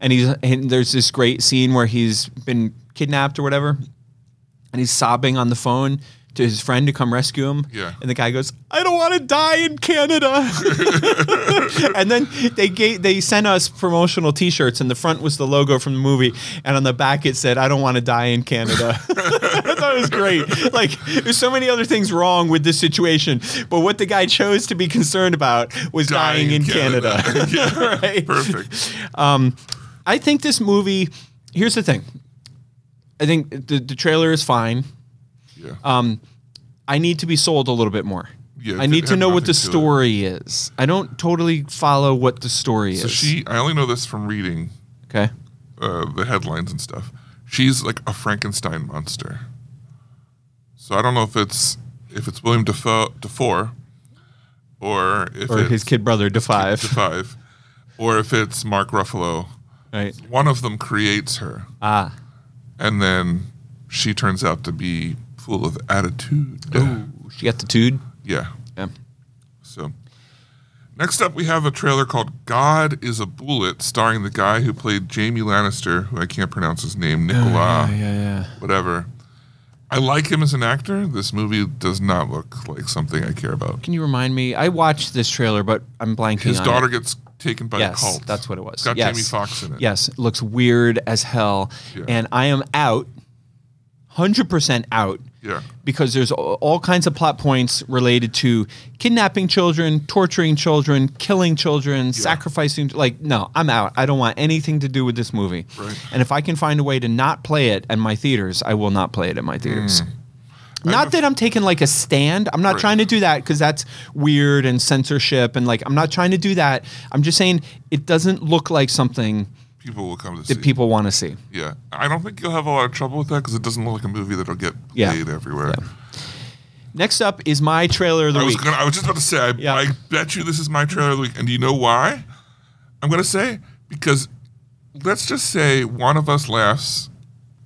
C: and he's and there's this great scene where he's been kidnapped or whatever, and he's sobbing on the phone to his friend to come rescue him.
B: Yeah.
C: And the guy goes, "I don't want to die in Canada." and then they gave, they sent us promotional T-shirts, and the front was the logo from the movie, and on the back it said, "I don't want to die in Canada." [laughs] I thought it was great. Like there's so many other things wrong with this situation, but what the guy chose to be concerned about was dying, in Canada.
B: [laughs]
C: [laughs]
B: Yeah.
C: Right?
B: Perfect.
C: [laughs] I think this movie. Here's the thing. I think the, the trailer is fine.
B: Yeah.
C: I need to be sold a little bit more.
B: Yeah,
C: I
B: it
C: need to
B: had
C: know what the
B: nothing to it.
C: story is. I don't totally follow what the story
B: so
C: is.
B: she, I only know this from reading
C: okay.
B: uh, the headlines and stuff. She's like a Frankenstein monster. So I don't know if it's if it's William Defoe, Defoe or if
C: Or
B: it's
C: his kid brother to five.
B: Defive, or if it's Mark Ruffalo.
C: [laughs] Right.
B: One of them creates her,
C: Ah.
B: and then she turns out to be full of attitude.
C: She got the dude.
B: Yeah.
C: Yeah.
B: So next up, we have a trailer called "God Is a Bullet," starring the guy who played Jamie Lannister, who I can't pronounce his name, Nicola,
C: Oh, yeah.
B: whatever. I like him as an actor. This movie does not look like something I care about.
C: Can you remind me? I watched this trailer, but I'm blanking.
B: His
C: on
B: daughter
C: it.
B: gets taken by
C: Yes,
B: a cult.
C: that's what it was.
B: It's got
C: yes.
B: Jamie Foxx in it.
C: Yes, it looks weird as hell,
B: Yeah.
C: and I am out, hundred percent out.
B: Yeah.
C: because there's a- all kinds of plot points related to kidnapping children, torturing children, killing children, sacrificing. Like, no, I'm out. I don't want anything to do with this movie.
B: Right.
C: And if I can find a way to not play it at my theaters, I will not play it at my theaters. Not that I'm taking like a stand. I'm not
B: Hmm. Right.
C: trying to do that because that's weird and censorship. And like, I'm not trying to do that. I'm just saying it doesn't look like something
B: People will come to
C: that
B: see.
C: people want to see.
B: Yeah, I don't think you'll have a lot of trouble with that because it doesn't look like a movie that'll get
C: Yeah.
B: played everywhere.
C: Next up is my trailer of the
B: I was
C: week.
B: gonna. I was just about to say. I,
C: Yeah.
B: I bet you this is my trailer of the week, and do you know why? I'm gonna say because let's just say one of us laughs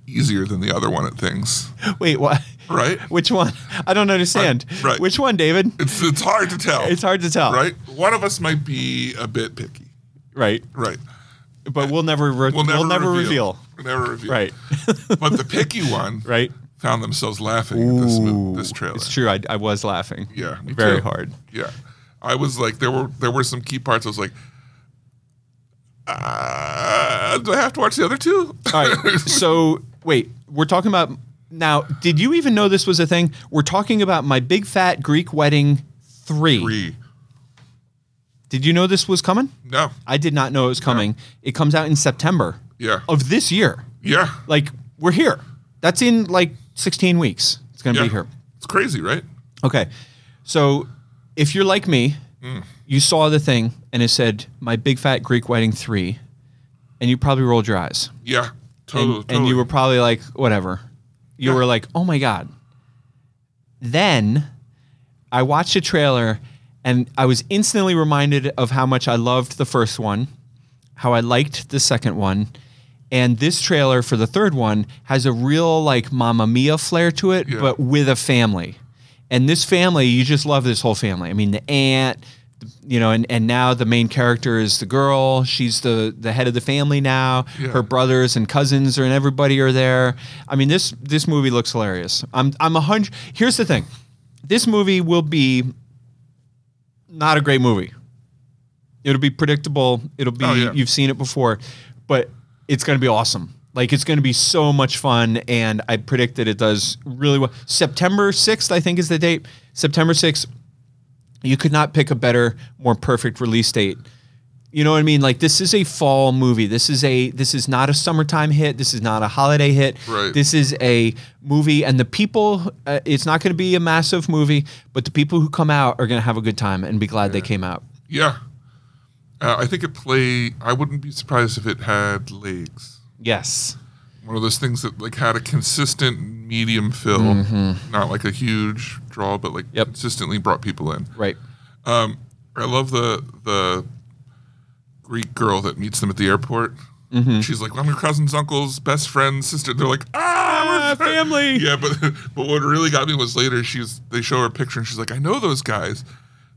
B: easier than the other one at things,
C: Wait, what?
B: right?
C: Which one? I don't understand.
B: Uh, right.
C: Which one, David?
B: It's it's hard to tell.
C: It's hard to tell.
B: right? One of us might be a bit picky,
C: Right.
B: right?
C: But we'll never re-
B: We'll never,
C: reveal.
B: We'll never reveal.
C: Right.
B: But the picky one,
C: [laughs] right.
B: found themselves laughing at [laughs] this, mo-
C: Ooh,
B: this trailer.
C: It's true. I, I was laughing.
B: Yeah, me
C: Very
B: too.
C: hard.
B: Yeah, I was like, there were there were some key parts. I was like, uh, do I have to watch the other two?
C: All right. so wait, we're talking about now. Did you even know this was a thing? We're talking about my big fat Greek wedding three.
B: [laughs] Three.
C: Did you know this was coming?
B: No.
C: I did not know it was coming. It comes out in September
B: Yeah.
C: of this year.
B: Yeah.
C: Like we're here. That's in like 16 weeks. It's gonna
B: yeah.
C: be here.
B: It's crazy, right?
C: Okay. So if you're like me, you saw the thing and it said, My Big Fat Greek Wedding 3, and you probably rolled your eyes.
B: Yeah.
C: And,
B: Totally.
C: and you
B: totally.
C: were probably like, Whatever. You
B: Yeah.
C: were like, Oh my God. Then I watched a trailer and I was instantly reminded of how much I loved the first one, how I liked the second one. And this trailer for the third one has a real like Mamma Mia flair to it,
B: Yeah.
C: but with a family. And this family, you just love this whole family. I mean, the aunt, the- you know, and, and now the main character is the girl. She's the the head of the family now.
B: Yeah.
C: Her brothers and cousins are, and everybody are there. I mean, this this movie looks hilarious. I'm I'm a hundred. Here's the thing, this movie will be not a great movie. It'll be predictable. It'll be
B: Oh, yeah.
C: you've seen it before, but it's going to be awesome. Like it's going to be so much fun, and I predict that it does really well. September sixth, I think, is the date. September sixth. You could not pick a better, more perfect release date. You know what I mean? Like this is a fall movie. This is a this is not a summertime hit. This is not a holiday hit.
B: Right.
C: This is a movie, and the people. Uh, it's not going to be a massive movie, but the people who come out are going to have a good time and be glad they came out.
B: yeah. Uh, I think it play. I wouldn't be surprised if it had legs.
C: Yes.
B: One of those things that like had a consistent medium fill, not like a huge draw, but like
C: Mm-hmm. Yep.
B: consistently brought people in.
C: Right.
B: Um, I love the the Greek girl that meets them at the airport. She's like, "I'm your cousin's uncle's best friend's sister." They're like, "Ah, we're fri-"
C: family.
B: [laughs] Yeah, but but what really got me was later. She's they show her a picture and she's like, "I know those guys.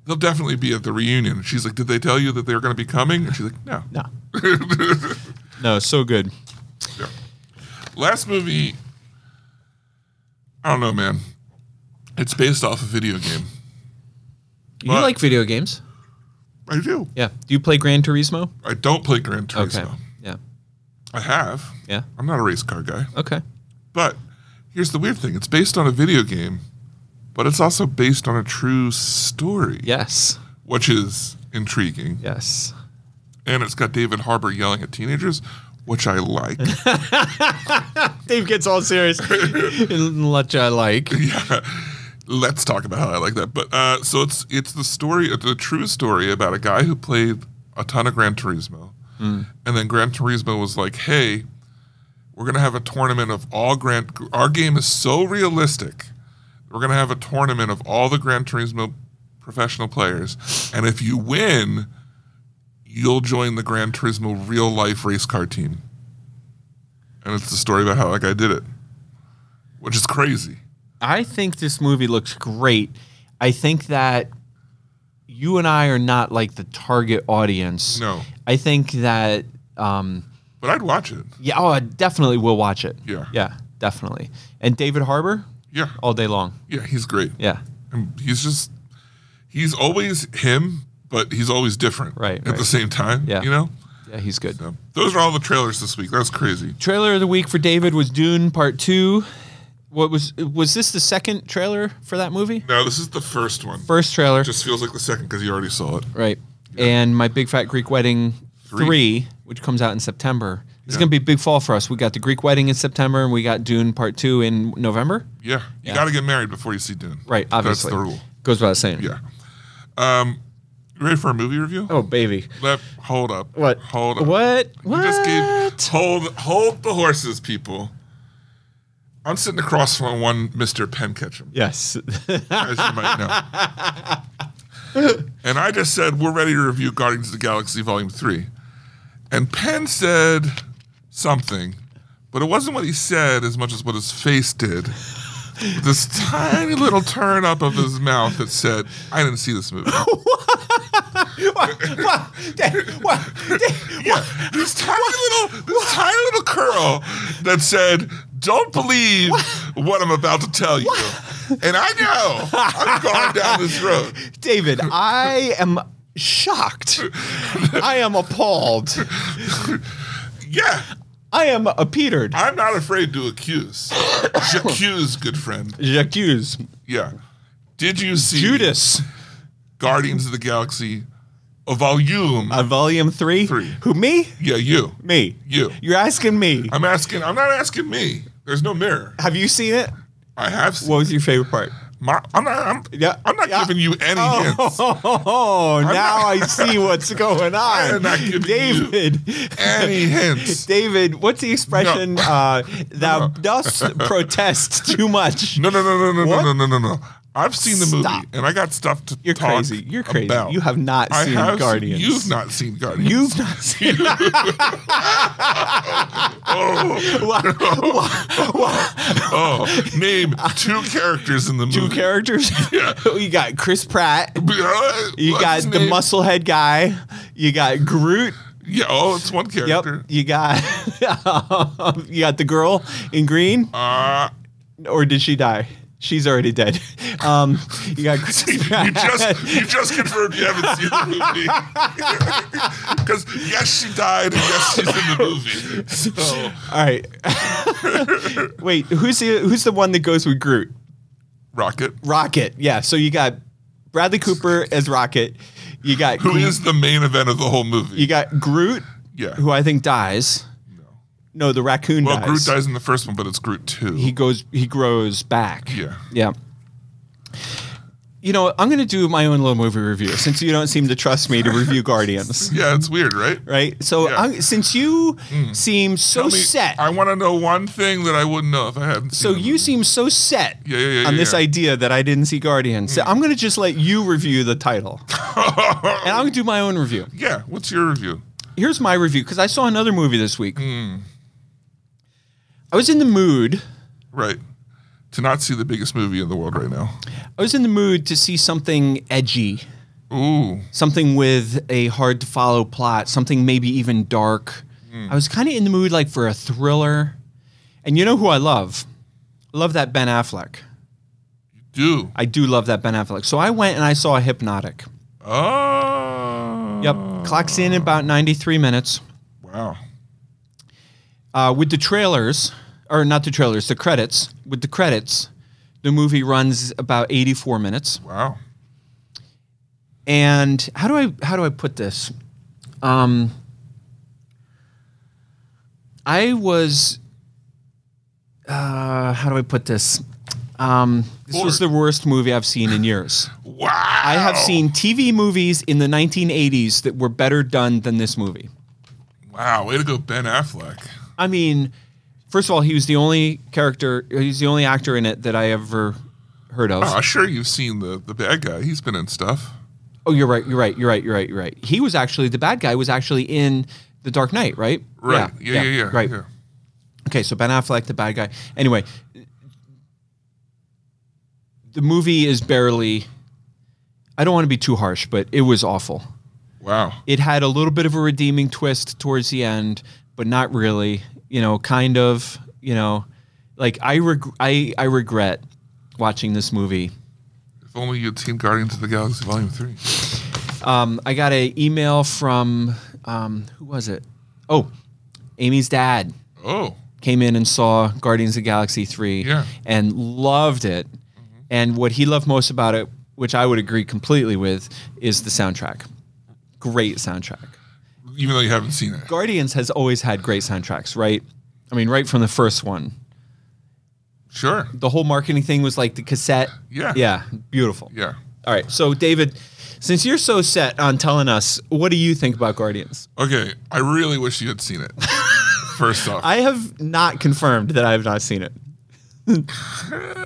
B: They'll definitely be at the reunion." She's like, "Did they tell you that they were going to be coming?" And she's like, "No."
C: No.
B: [laughs]
C: no, so good.
B: Last movie I don't know, man. It's based off a video game.
C: You
B: What?
C: like video games?
B: I do.
C: Yeah. Do you play Gran Turismo?
B: I don't play Gran Turismo.
C: Okay. Yeah.
B: I have.
C: Yeah.
B: I'm not a race car guy.
C: Okay.
B: But here's the weird thing: it's based on a video game, but it's also based on a true story,
C: Yes.
B: which is intriguing.
C: Yes.
B: And it's got David Harbour yelling at teenagers, which I like.
C: Dave gets all
B: [laughs]
C: serious. [laughs] and let you like.
B: Let's talk about how I like that. But uh, so it's it's the story, the true story about a guy who played a ton of Gran Turismo, and then Gran Turismo was like, "Hey, we're gonna have a tournament of all Gran. Our game is so realistic. We're gonna have a tournament of all the Gran Turismo professional players, and if you win, you'll join the Gran Turismo real life race car team." And it's the story about how that guy did it, which is crazy.
C: I think this movie looks great. I think that you and I are not like the target audience.
B: No.
C: I think that um
B: But I'd watch it.
C: yeah, oh, I definitely will watch it.
B: Yeah.
C: Yeah, definitely. And David Harbour
B: Yeah.
C: all day long.
B: Yeah, he's great.
C: Yeah.
B: And he's just he's always him, but he's always different.
C: Right,
B: At
C: right.
B: the same time.
C: Yeah.
B: You know?
C: Yeah, he's good.
B: So, those are all the trailers this week. That's crazy.
C: Trailer of the week for David was Dune Part 2. What was was this the second trailer for that movie?
B: No, this is the first one.
C: First trailer.
B: Just feels like the second because you already saw it.
C: Right. And my Big Fat Greek Wedding
B: Three.
C: three, which comes out in September. It's
B: Yeah.
C: going to be a big fall for us. We got the Greek Wedding in September, and we got Dune Part Two in November.
B: Yeah. You gotta get married before you see Dune.
C: Right. Obviously,
B: That's the rule.
C: Goes without saying.
B: Yeah. Um you ready for a movie review?
C: Oh baby.
B: Let, hold up.
C: What?
B: Hold up.
C: What?
B: You
C: What?
B: just gave hold hold the horses, people. I'm sitting across from one Mr. Pencatchum.
C: yes. [laughs]
B: as you might know. and I just said, we're ready to review Guardians of the Galaxy Volume 3. And Penn said something, but it wasn't what he said as much as what his face did. This tiny little turn up of his mouth that said, I didn't see this movie.
C: what? What? Dave, what? Dave,
B: yeah. This tiny little this tiny little curl that said, Don't believe what, I'm about to tell you. And I know I'm going down this road.
C: David, I am shocked. I am appalled.
B: Yeah.
C: I am appeared.
B: I'm not afraid to accuse. accuse, good friend.
C: J'accuse.
B: Yeah. Did you see
C: Judas.
B: Guardians of the Galaxy a volume?
C: Uh, volume three.
B: Three.
C: Who me?
B: yeah, you.
C: Me.
B: You.
C: You're asking me.
B: I'm asking. I'm not asking me. There's no mirror.
C: Have you seen it?
B: I have. Seen
C: What was your favorite part?
B: my, I'm not. I'm,
C: Yeah,
B: I'm not
C: yeah.
B: giving you any hints.
C: Oh, [laughs] now I see what's
B: [laughs]
C: going on.
B: am not giving you
C: David.
B: Any hints?
C: [laughs] David, what's the expression?
B: No.
C: Uh, thou
B: No. [laughs]
C: dost protest too much.
B: No, no, no, no, no,
C: What?
B: no, no, no, no. I've seen the movie,
C: Stop.
B: and I got stuff to
C: You're
B: talk
C: crazy. You're crazy.
B: about.
C: You have not
B: I
C: seen
B: have seen-
C: Guardians.
B: You've not seen Guardians.
C: You've not
B: [laughs]
C: seen [laughs]
B: [laughs]
C: Why- why- why- [laughs]
B: oh, name two characters in the [laughs] movie.
C: two characters. [laughs] you got Chris Pratt. You
B: What's
C: got
B: his
C: the
B: name?
C: musclehead guy. You got Groot.
B: Yeah, oh, it's one
C: Yep.
B: character.
C: You got [laughs] you got the girl in green.
B: Uh, [laughs]
C: or did she die? She's already dead. [laughs] Um, you got Chris Pratt. [laughs]
B: [laughs] you just you just confirmed you haven't seen the movie. [laughs] Because yes, she died, and yes, she's in the movie.
C: [laughs]
B: So
C: All right. Wait, who's the who's the one that goes with Groot?
B: Rocket,
C: Rocket. Yeah. So you got Bradley Cooper as Rocket. You got
B: who
C: Groot-
B: is the main event of the whole movie?
C: you got Groot,
B: yeah.
C: who I think dies. No, the raccoon
B: well,
C: dies.
B: Groot dies in the first one, but it's Groot two.
C: He goes. He grows back.
B: Yeah.
C: Yeah. You know, what? I'm going to do my own little movie review since you don't seem to trust me to review Guardians.
B: yeah, it's weird, right?
C: right? So
B: Yeah. Hmm.
C: I'm, since you seem so
B: Tell me-
C: set,
B: I want to know one thing that I wouldn't know if I hadn't.
C: so
B: seen the
C: you
B: movie.
C: seem so set
B: Yeah, yeah, yeah,
C: on
B: yeah,
C: this
B: yeah. Hmm.
C: idea that I didn't see Guardians. So I'm going to just let you review the
B: [laughs]
C: title, and I'm going to do my own review.
B: Yeah, what's your review?
C: Here's my review because I saw another movie this week.
B: Hmm.
C: I was in the mood.
B: Right, to not see the biggest movie in the world right now.
C: I was in the mood to see something edgy,
B: Ooh,
C: something with a hard to follow plot, something maybe even dark. I was kind of in the mood like for a thriller. And you know who I love? love that Ben Affleck.
B: Do.
C: I do love that Ben Affleck. So I went and I saw Hypnotic.
B: Oh.
C: Yep, clocks in about 93 minutes.
B: Wow.
C: Uh, with the trailers, or not the trailers, the credits. With the credits, the movie runs about 84 minutes.
B: Wow.
C: And how do I how do I put this? Um, I was uh, how do I put this? Um, this was the worst movie I've seen in years.
B: Wow.
C: I have seen TV movies in the 1980s that were better done than this movie.
B: Wow. Way to go, Ben Affleck.
C: I mean, first of all, he was the only character, he's the only actor in it that I ever heard of.
B: Oh, sure, you've seen the the bad guy. He's been in stuff.
C: Oh, you're right, you're right, you're right, you're right, you're right. He was actually the bad guy. Was actually in The Dark Knight, right?
B: Right. Yeah. Yeah. Yeah.
C: right.
B: yeah.
C: Okay, so Ben Affleck, the bad guy. Anyway, the movie is barely. I don't want to be too harsh, but it was awful.
B: Wow.
C: It had a little bit of a redeeming twist towards the end, but not really. You know, kind of. You know, like I reg- I I regret watching this movie.
B: If only you had seen Guardians of the Galaxy Volume Three.
C: Um, I got an email from um, who was it? Oh, Amy's dad
B: Oh.
C: came in and saw Guardians of the Galaxy 3
B: Yeah. Mm-hmm.
C: and loved it. And what he loved most about it, which I would agree completely with, is the soundtrack. Great soundtrack.
B: Even though you haven't seen it.
C: Guardians has always had great soundtracks, right? I mean, right from the first one.
B: Sure.
C: The whole marketing thing was like the cassette.
B: Yeah.
C: Yeah, beautiful.
B: Yeah.
C: All right, so David, since you're so set on telling us, what do you think about Guardians?
B: Okay. I really wish you had seen it. [laughs] First off.
C: I have not confirmed that I have not seen it.
B: [laughs] the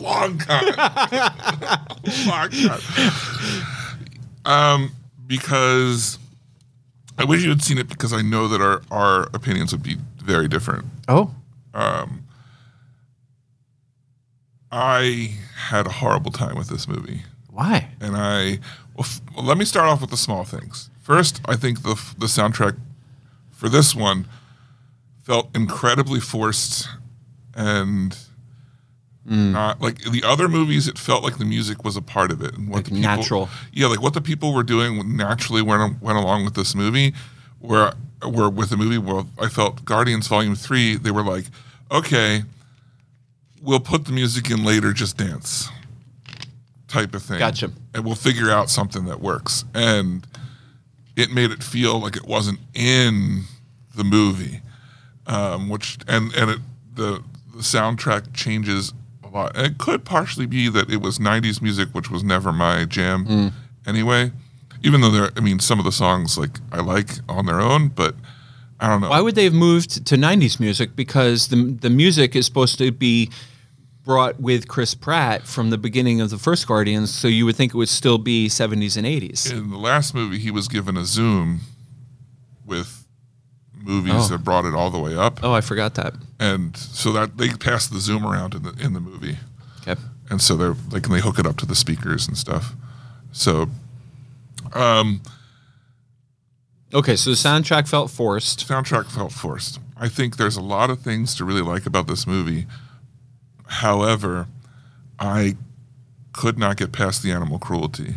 B: long con. long con. Um, because I wish you had seen it because I know that our, our opinions would be very different.
C: Oh,
B: I had a horrible time with this movie.
C: why?
B: and I well, f- well, let me start off with the small things. First, I think the f- the soundtrack for this one felt incredibly forced and not like the other movies. It felt like the music was a part of it and what the people,
C: natural.
B: yeah, like what the people were doing naturally went went along with this movie. Where where with the movie, well, I felt Guardians Volume Three, they were like, okay, we'll put the music in later, just dance type of thing.
C: Gotcha.
B: And we'll figure out something that works. And it made it feel like it wasn't in the movie, um, which and and it, the the soundtrack changes a lot. And it could partially be that it was '90s music, which was never my jam anyway. Even though there, I mean, some of the songs like I like on their own, but I don't know.
C: Why would they have moved to 90s music? Because the, the music is supposed to be brought with Chris Pratt from the beginning of the first Guardians, so you would think it would still be 70s and 80s.
B: in the last movie he was given a zoom with movies
C: Oh.
B: that brought it all the way up
C: Oh, I forgot that.
B: and so that they passed the zoom around in the in the movie
C: Okay.
B: and so they're like and they hook it up to the speakers and stuff so um
C: Okay, so the soundtrack felt forced.
B: soundtrack felt forced i think there's a lot of things to really like about this movie however i could not get past the animal cruelty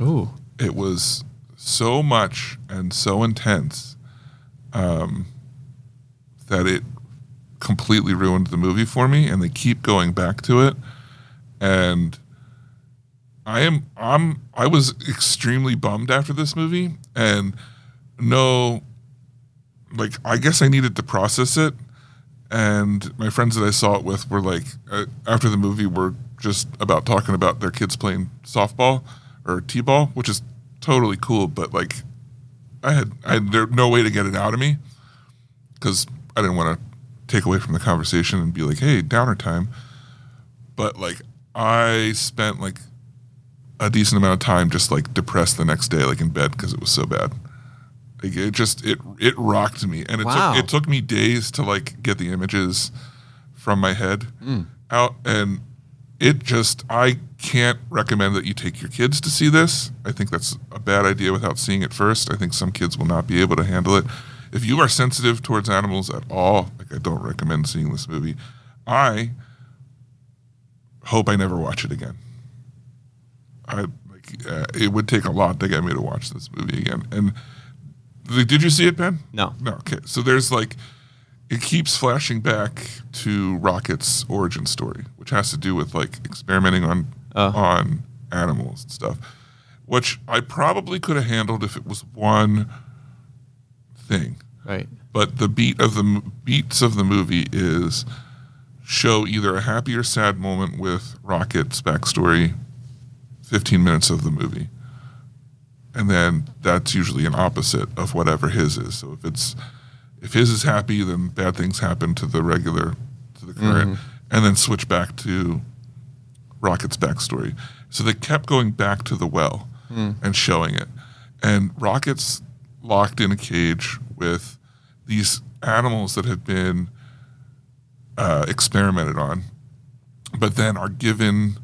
C: Oh.
B: it was so much and so intense um, that it completely ruined the movie for me and they keep going back to it and i am i'm i was extremely bummed after this movie and no like i guess i needed to process it and my friends that i saw it with were like uh, after the movie were just about talking about their kids playing softball or t-ball which is totally cool but like i had i had there, no way to get it out of me because I didn't want to take away from the conversation and be like, "Hey, downer time." But like, I spent like a decent amount of time just like depressed the next day, like in bed, because it was so bad. Like it just it it rocked me, and it
C: Wow.
B: took it took me days to like get the images from my head out, and it just I can't recommend that you take your kids to see this. I think that's a bad idea without seeing it first. I think some kids will not be able to handle it. If you are sensitive towards animals at all, like I don't recommend seeing this movie. I hope I never watch it again. I like uh, it would take a lot to get me to watch this movie again. And the, did you see it, Ben?
C: No.
B: No. Okay. So there's like it keeps flashing back to Rocket's origin story, which has to do with like experimenting on on animals and stuff, which I probably could have handled if it was one thing
C: Right.
B: but the beat of the m- beats of the movie is show either a happy or sad moment with Rocket's backstory, 15 minutes of the movie. And then that's usually an opposite of whatever his is. So if it's if his is happy, then bad things happen to the regular to the current and then switch back to Rocket's backstory. So they kept going back to the well and showing it. And Rocket's locked in a cage with these animals that have been uh, experimented on, but then are given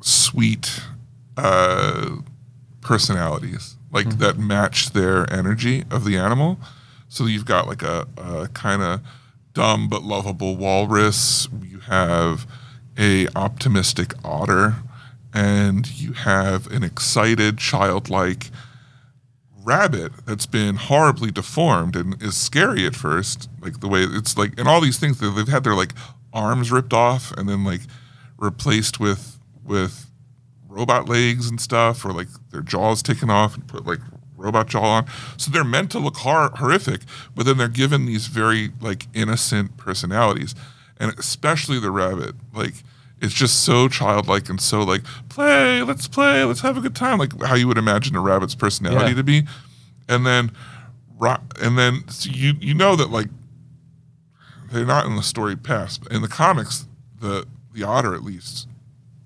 B: sweet uh, personalities like that match their energy of the animal. So you've got like a, a kind of dumb but lovable walrus. You have a optimistic otter, and you have an excited childlike rabbit that's been horribly deformed and is scary at first, like the way it's like, and all these things that they've had their like arms ripped off and then like replaced with with robot legs and stuff, or like their jaws taken off and put like robot jaw on. So they're meant to look hor- horrific, but then they're given these very like innocent personalities, and especially the rabbit, like. It's just so childlike and so like play, let's play, let's have a good time, like how you would imagine a rabbit's personality
C: Yeah.
B: to be, and then, ro- and then so you you know that like they're not in the story past. In the comics, the the otter at least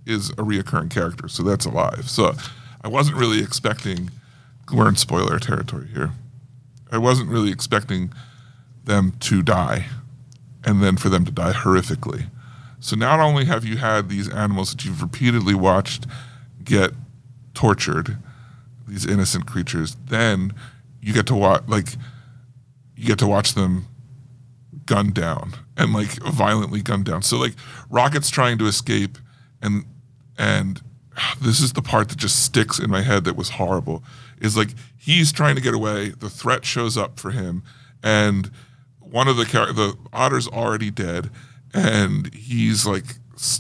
B: is a reoccurring character, so that's alive. So I wasn't really expecting. We're in spoiler territory here. I wasn't really expecting them to die, and then for them to die horrifically. So not only have you had these animals that you've repeatedly watched get tortured, these innocent creatures, then you get to watch like you get to watch them gunned down and like violently gunned down. So like Rocket's trying to escape and and this is the part that just sticks in my head that was horrible. Is like he's trying to get away, the threat shows up for him and one of the char- the otter's already dead and he's like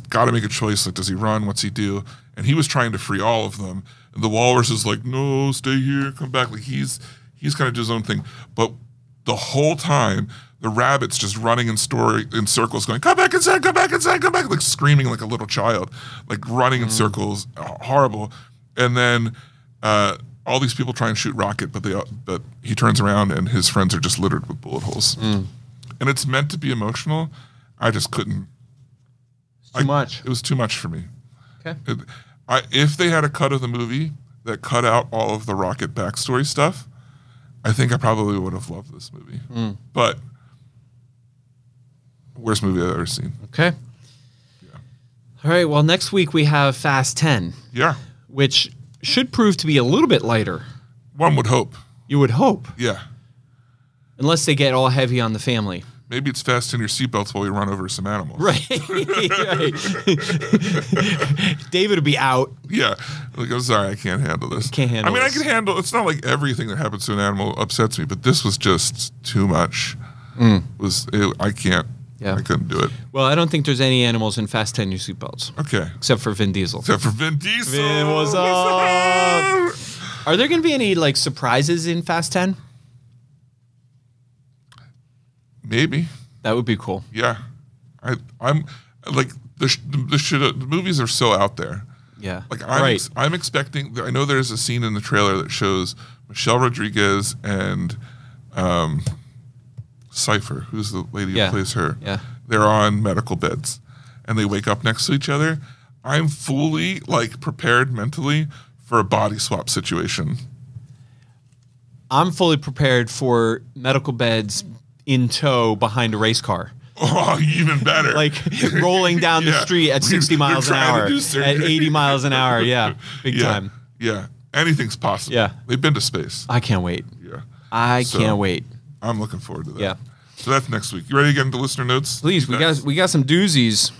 B: got to make a choice like does he run what's he do and he was trying to free all of them and the walrus is like no stay here come back like he's he's kind of do his own thing but the whole time the rabbit's just running in story in circles going come back inside come back inside come back like screaming like a little child like running in circles h- horrible and then uh, all these people try and shoot rocket but they all- but he turns around and his friends are just littered with bullet holes and it's meant to be emotional i just couldn't
C: Too much.
B: it was too much for me.
C: Okay.
B: It, I, if they had a cut of the movie that cut out all of the Rocket backstory stuff, I think I probably would have loved this movie.
C: Hmm.
B: But worst movie I've ever seen.
C: Okay. All right. Well, next week we have Fast 10,
B: Yeah,
C: which should prove to be a little bit lighter.
B: one would hope.
C: You would hope,
B: Yeah,
C: unless they get all heavy on the
B: [laughs]
C: family.
B: maybe it's fasten your seatbelts while we run over some animals.
C: Right. right. [laughs] David would be out.
B: [laughs] Yeah, like I'm sorry, I can't handle this.
C: Can't handle
B: I mean,
C: this.
B: I can handle. It's not like everything that happens to an animal upsets me, but this was just too much. Was it, I can't.
C: Hmm. Yeah.
B: I couldn't do it.
C: Well, I don't think there's any animals in Fast 10 in seatbelts,
B: Okay.
C: except for Vin Diesel.
B: Except for Vin Diesel.
C: Vin, what's up? Are there going to be any like surprises in Fast 10?
B: Maybe.
C: That would be cool.
B: Yeah. I, I'm like the sh- the, shit, the movies are so out there.
C: Yeah.
B: Like I'm
C: right.
B: ex- I'm expecting. I know there's a scene in the trailer that shows Michelle Rodriguez and um, Cipher, who's the lady
C: Yeah.
B: who plays her.
C: Yeah.
B: They're on medical beds, and they wake up next to each other. I'm fully like prepared mentally for a body swap situation. [laughs]
C: I'm fully prepared for medical beds in tow behind a race car.
B: Oh, even better. [laughs]
C: Like rolling down the
B: Yeah.
C: street at
B: We-
C: 60
B: we're
C: miles an
B: trying to
C: hour,
B: do
C: at
B: surgery.
C: 80 miles an hour. Yeah. Big
B: [laughs] yeah,
C: time.
B: Yeah, anything's possible.
C: Yeah.
B: they've been to space.
C: I can't wait.
B: Yeah,
C: I
B: So-
C: can't wait.
B: I'm looking forward to that.
C: Yeah.
B: So that's next week. You ready to get into listener notes?
C: Please, we got we got some doozies.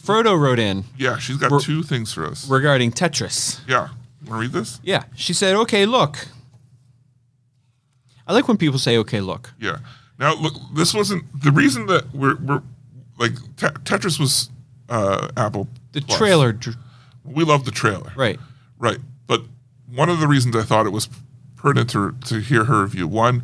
C: Frodo wrote in
B: Yeah, she's got
C: We're-
B: two things for us.
C: regarding Tetris.
B: Yeah. Want to read this?
C: Yeah, she said, "Okay, look." I like when people say, "Okay, look."
B: Yeah. Now, look, this wasn't the reason that we're, we're like te- Tetris was uh, Apple.
C: The
B: Plus.
C: trailer, dr-
B: We love the trailer.
C: right?
B: Right. But one of the reasons I thought it was pertinent to, to hear her review one,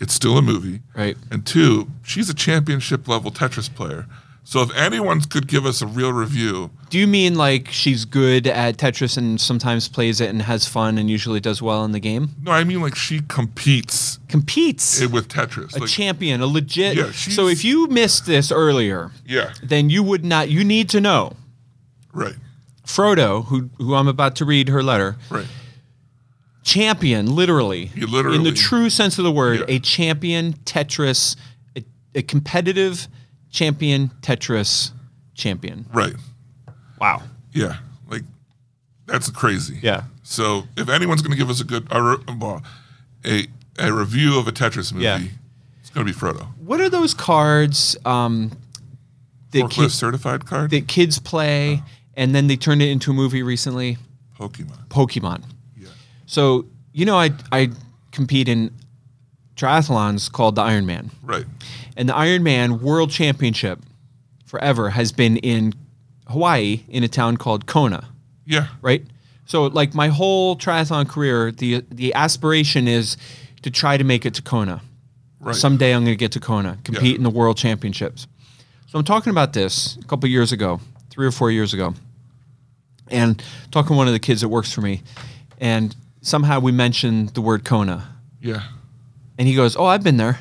B: it's still a movie.
C: Right.
B: And two, she's a championship level Tetris player. So if anyone could give us a real review,
C: Do you mean like she's good at Tetris and sometimes plays it and has fun and usually does well in the game?
B: no, I mean like she competes
C: Competes,
B: it with Tetris.
C: a
B: like,
C: champion, a legit.
B: Yeah,
C: so
B: she's-
C: if you missed this earlier,
B: Yeah.
C: then you would not. You need to know
B: Right.
C: Frodo, who who I'm about to read her letter,
B: Right.
C: champion, literally,
B: You literally-
C: in the true sense of the word,
B: Yeah.
C: a champion Tetris, a, a competitive champion Tetris champion.
B: Right.
C: Wow.
B: Yeah. Like that's crazy.
C: Yeah.
B: So if anyone's going to give us a good a, re- well, a a review of a Tetris movie,
C: Yeah.
B: it's going to be Frodo.
C: What are those cards? Um, that
B: Forklift
C: ki-
B: certified card.
C: that kids play, and then they turned it into a movie recently,
B: Pokemon.
C: Pokemon.
B: Yeah.
C: So you know, I I compete in triathlons called the Ironman,
B: Right.
C: and the Ironman World Championship forever has been in Hawaii in a town called Kona,
B: Yeah.
C: right? So like my whole triathlon career, the the aspiration is to try to make it to Kona.
B: Right.
C: Someday I'm going to get to Kona, compete
B: Yeah.
C: in the world championships. So I'm talking about this a couple years ago, three or four years ago, and talking to one of the kids that works for me, and somehow we mentioned the word Kona,
B: Yeah.
C: and he goes, "Oh, I've been there."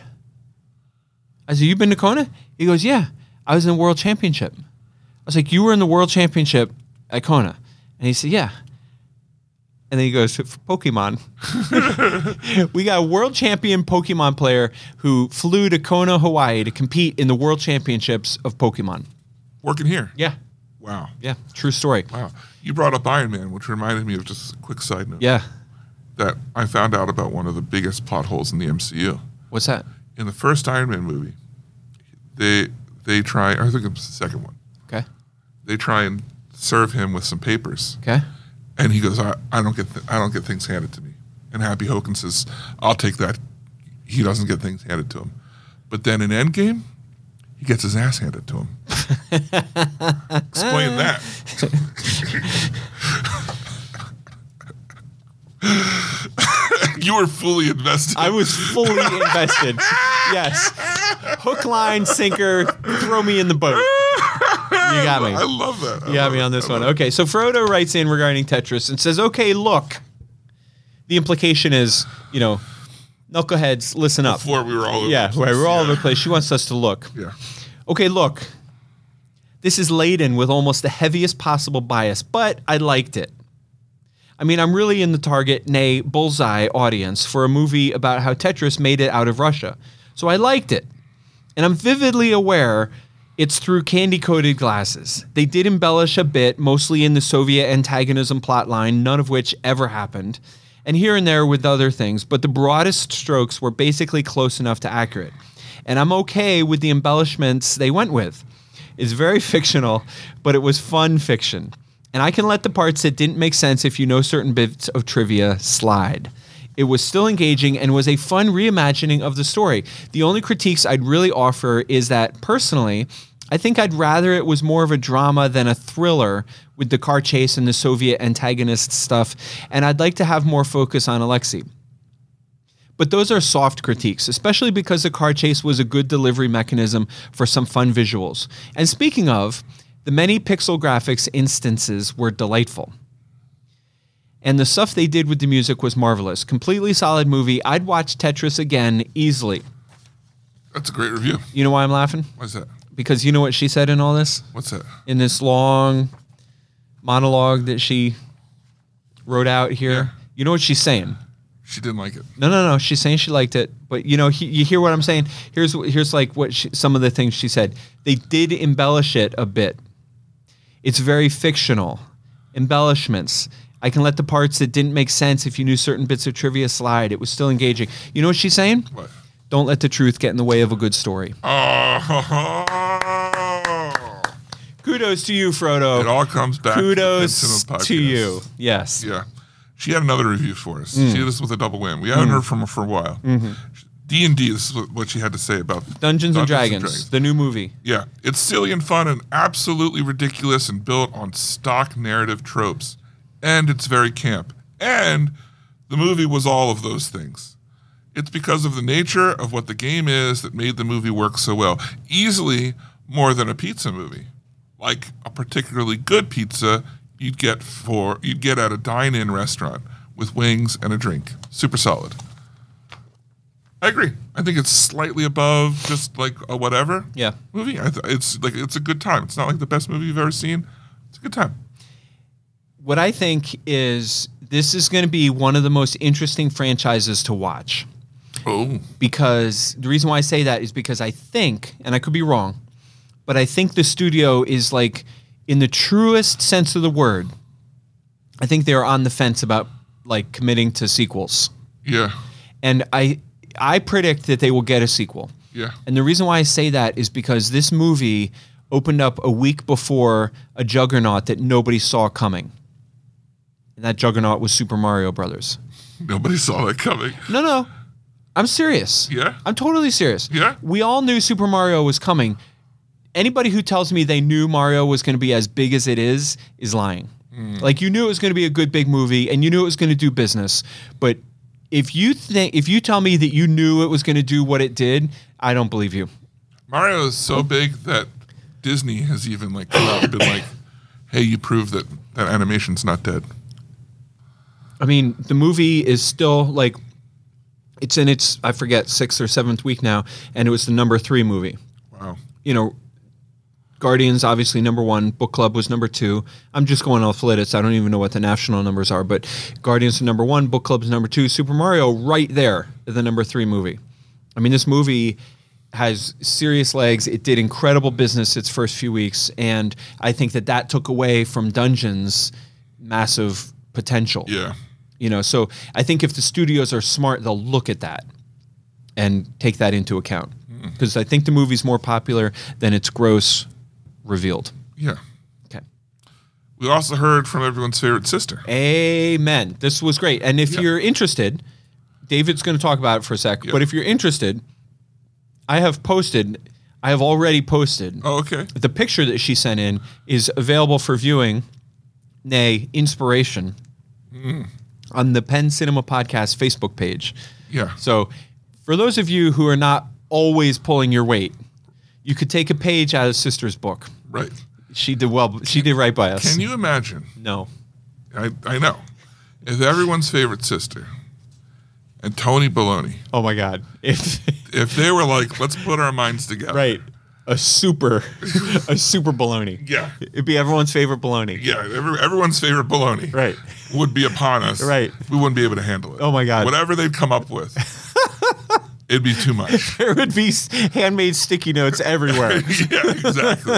C: I said, "You've been to Kona?" He goes, "Yeah, I was in the world championship." I was like, "You were in the world championship at Kona," and he said, "Yeah." And then he goes, "For "Pokemon." [laughs] we got a world champion Pokemon player who flew to Kona, Hawaii, to compete in the world championships of Pokemon.
B: Working here.
C: Yeah,
B: Wow.
C: yeah, true story.
B: Wow. You brought up Iron Man, which reminded me of just a quick side note.
C: Yeah,
B: That I found out about one of the biggest plot holes in the MCU.
C: what's that?
B: In the first Iron Man movie, they they try. I think it was the second one.
C: Okay,
B: They try and serve him with some papers.
C: okay,
B: And he goes, I, I don't get th- I don't get things handed to me. And Happy Hogan says, I'll take that. He doesn't get things handed to him. But then in Endgame, he gets his ass handed to
C: [laughs]
B: him. Explain that. [laughs] you were fully invested.
C: I was fully invested. Yes, hook, line, sinker, throw me in the boat. You got me.
B: [laughs] I love that. I
C: You got
B: love
C: me
B: it.
C: on this
B: I
C: one.
B: love it.
C: Okay, so Frodo writes in regarding Tetris and says, "Okay, look." The implication is, you know, knuckleheads, listen up.
B: Before we were all over
C: yeah,
B: the
C: where
B: place.
C: we're all over the place. She wants us to look.
B: Yeah.
C: Okay, look. This is laden with almost the heaviest possible bias, but I liked it. I mean, I'm really in the target, nay, bullseye audience for a movie about how Tetris made it out of Russia. So I liked it. And I'm vividly aware it's through candy coated glasses. They did embellish a bit, mostly in the Soviet antagonism plotline, none of which ever happened, and here and there with other things, but the broadest strokes were basically close enough to accurate. And I'm okay with the embellishments they went with. It's very [laughs] fictional, but it was fun fiction. And I can let the parts that didn't make sense if you know certain bits of trivia slide. It was still engaging and was a fun reimagining of the story. The only critiques I'd really offer is that personally, I think I'd rather it was more of a drama than a thriller with the car chase and the Soviet antagonist stuff, and I'd like to have more focus on Alexei. But those are soft critiques, especially because the car chase was a good delivery mechanism for some fun visuals. And speaking of, the many pixel graphics instances were delightful. And the stuff they did with the music was marvelous. Completely solid movie. I'd watch Tetris again easily.
B: That's a great review.
C: You know why I'm laughing?
B: What's that?
C: Because you know what she said in all this?
B: What's that?
C: In this long monologue that she wrote out here?
B: Yeah.
C: You know what she's saying?
B: She didn't like it.
C: No, no, no. She's saying she liked it, but you know, he, you hear what I'm saying. Here's wh- here's like what she, some of the things she said. They did embellish it a bit. It's very fictional, embellishments. I can let the parts that didn't make sense if you knew certain bits of trivia slide. It was still engaging. You know what she's saying?
B: What? Ah,
C: Don't let the truth get in the way of a good story.
B: Oh,
C: Kudos to you,
B: it
C: Frodo.
B: all comes back. to the
C: Kudos
B: Cinema
C: to
B: Podcast.
C: you. Mm. Yes.
B: Yeah. She had another review for us. She did this with a double win. We
C: Mm.
B: hadn't heard from her for a while. D and D. This is what- what she had to say about
C: Mm-hmm. Dungeons, and Dragons, the new movie.
B: Yeah, it's silly and fun and absolutely ridiculous and built on stock narrative tropes. And it's very camp. And the movie was all of those things. It's because of the nature of what the game is that made the movie work so well. Easily more than a pizza movie. Like a particularly good pizza you'd get for you'd get at a dine-in restaurant with wings and a drink. Super solid. I agree. I think it's slightly above just like a whatever.
C: Yeah.
B: Movie. I th- it's like it's a good time. It's not like the best movie you've ever seen. It's a good time.
C: what I think is this is going to be one of the most interesting franchises to watch
B: Oh,
C: because the reason why I say that is because I think, and I could be wrong, but I think the studio is like, in the truest sense of the word, I think they're on the fence about like committing to sequels.
B: yeah,
C: And I, I predict that they will get a sequel.
B: yeah.
C: And the reason why I say that is because this movie opened up a week before a juggernaut that nobody saw coming. And that juggernaut was Super Mario Brothers.
B: Nobody saw that coming.
C: No, no. I'm serious.
B: Yeah.
C: I'm totally serious.
B: Yeah.
C: We all knew Super Mario was coming. Anybody who tells me they knew Mario was going to be as big as it is is lying.
B: Mm.
C: Like you knew it was going to be a good big movie and you knew it was going to do business, but if you think if you tell me that you knew it was going to do what it did, I don't believe you.
B: Mario is so big that Disney has even like come out and been like, "Hey, you proved that that animation's not dead."
C: I mean, the movie is still like it's in its I forget sixth or seventh week now, and it was the number three movie.
B: Wow.
C: You know, Guardians obviously number one, Book Club was number two. I'm just going off Lititz. I don't even know what the national numbers are, but Guardians are number one, Book Club's number two, Super Mario right there, the number three movie. I mean, this movie has serious legs. It did incredible business its first few weeks, and I think that that took away from Dungeons' massive potential
B: Yeah.
C: you know so i think if the studios are smart they'll look at that and take that into account
B: Mm.
C: because i think the movie's more popular than its gross revealed
B: Yeah.
C: okay
B: We also heard from everyone's favorite sister.
C: amen this was great and if
B: Yeah.
C: you're interested david's going to talk about it for a sec
B: Yeah.
C: but if you're interested i have posted i have already posted
B: Oh, okay.
C: the picture that she sent in is available for viewing, nay, inspiration,
B: Mm.
C: on the Penn Cinema Podcast Facebook page.
B: Yeah.
C: So, for those of you who are not always pulling your weight, you could take a page out of Sister's book.
B: Right.
C: She did well. She did right by us.
B: Can you imagine?
C: no.
B: I I know. If everyone's favorite sister and Tony Baloney,
C: Oh my God. If
B: if they were like, "Let's put our minds together,"
C: right, a super, a super baloney.
B: Yeah.
C: It'd be everyone's favorite baloney.
B: Yeah, every, everyone's favorite baloney,
C: Right.
B: would be upon us.
C: Right.
B: we wouldn't be able to handle it.
C: Oh my God.
B: Whatever they'd come
C: [laughs]
B: up with, it'd be too much.
C: There would be s- handmade sticky notes
B: [laughs]
C: everywhere.
B: yeah, exactly,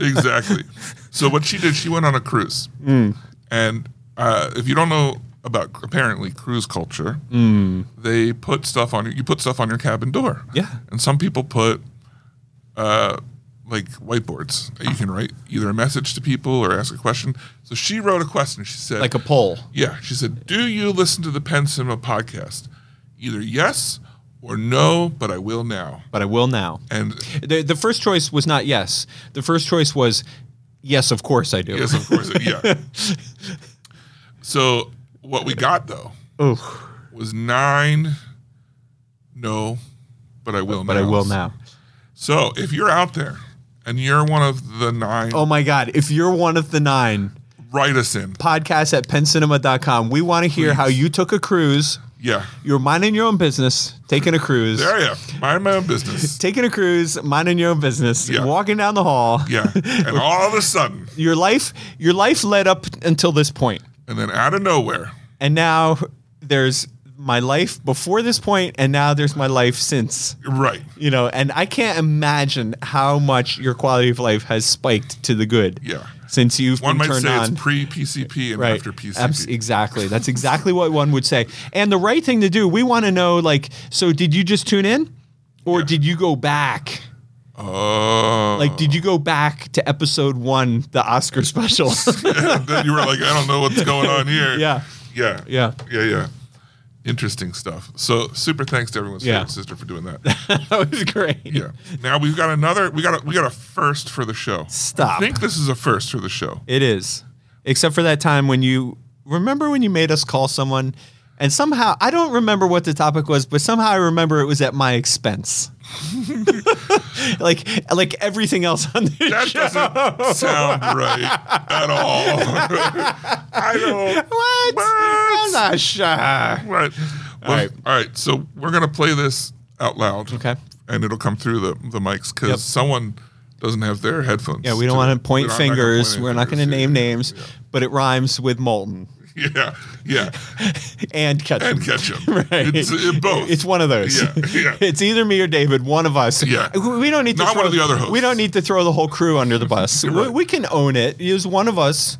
B: exactly. So what she did, she went on a cruise,
C: Mm.
B: and uh, if you don't know about apparently cruise culture, they put stuff on your, you put stuff on your cabin door.
C: Mm. Yeah.
B: and some people put uh, like whiteboards. that You can write either a message to people or ask a question. So she wrote a question. She said,
C: like a pole.
B: Yeah, she said, "Do you listen to the Penn Cinema podcast?" Either yes or no, but I will now.
C: But I will now.
B: And
C: The, the first choice was not yes. The first choice was yes, of course I do.
B: yes, of course,
C: [laughs]
B: yeah. So what we got though
C: Oof,
B: was nine. No, but I will.
C: but I will now.
B: So if you're out there and you're one of the nine,
C: Oh my God. If you're one of the nine,
B: write us in.
C: podcast at pencinema.com. We want to hear how you took a cruise.
B: Yeah,
C: You're minding your own business, taking a cruise.
B: there I am. Mind my own business.
C: Taking a cruise, minding your own business,
B: Yeah.
C: walking down the hall.
B: Yeah,
C: [laughs]
B: and all of a sudden,
C: Your life your life led up until this point.
B: and then out of nowhere,
C: And now there's my life before this point, and now there's my life since.
B: right?
C: you know and i can't imagine how much your quality of life has spiked to the good
B: Yeah.
C: since you've
B: One
C: been
B: might
C: turned
B: say
C: on.
B: it's pre PCP and after PCP.
C: Abs- exactly. That's exactly what one would say. And the right thing to do, we want to know like, so did you just tune in? Or did you go back?
B: Oh,
C: Like, did you go back to episode one, the Oscar special?
B: [laughs] then you were like, I don't know what's going on here.
C: [laughs] yeah.
B: [laughs] yeah,
C: Yeah.
B: yeah, yeah. Interesting stuff. So, super thanks to everyone's
C: Yeah.
B: favorite sister for doing that.
C: [laughs] That was great.
B: yeah. Now we've got another. We got a, we got a first for the show.
C: Stop.
B: I think this is a first for the show.
C: It is. Except for that time when you remember when you made us call someone and somehow I don't remember what the topic was, but somehow I remember it was at my expense. [laughs] like like everything else on the [laughs]
B: That
C: show.
B: doesn't sound right at all. [laughs] I don't.
C: What? I'm not sure.
B: Right. Well, all right. So we're gonna play this out loud.
C: Okay.
B: And it'll come through the the mics because
C: Yep.
B: someone doesn't have their headphones.
C: Yeah, we don't
B: today.
C: want to point
B: We're not- not gonna
C: fingers.
B: point
C: We're not going to
B: fingers. [laughs]
C: name names, but it rhymes with Molten
B: Yeah. Yeah. yeah.
C: and Ketchum.
B: And Ketchum.
C: [laughs] Right.
B: It's it, both.
C: It's one of those.
B: Yeah, yeah.
C: [laughs] it's either me or David. One of us.
B: Yeah.
C: We don't need to
B: Not
C: throw,
B: one of the other hosts.
C: We don't need to throw the whole crew under the bus. we,
B: right.
C: we can own it. It was one of us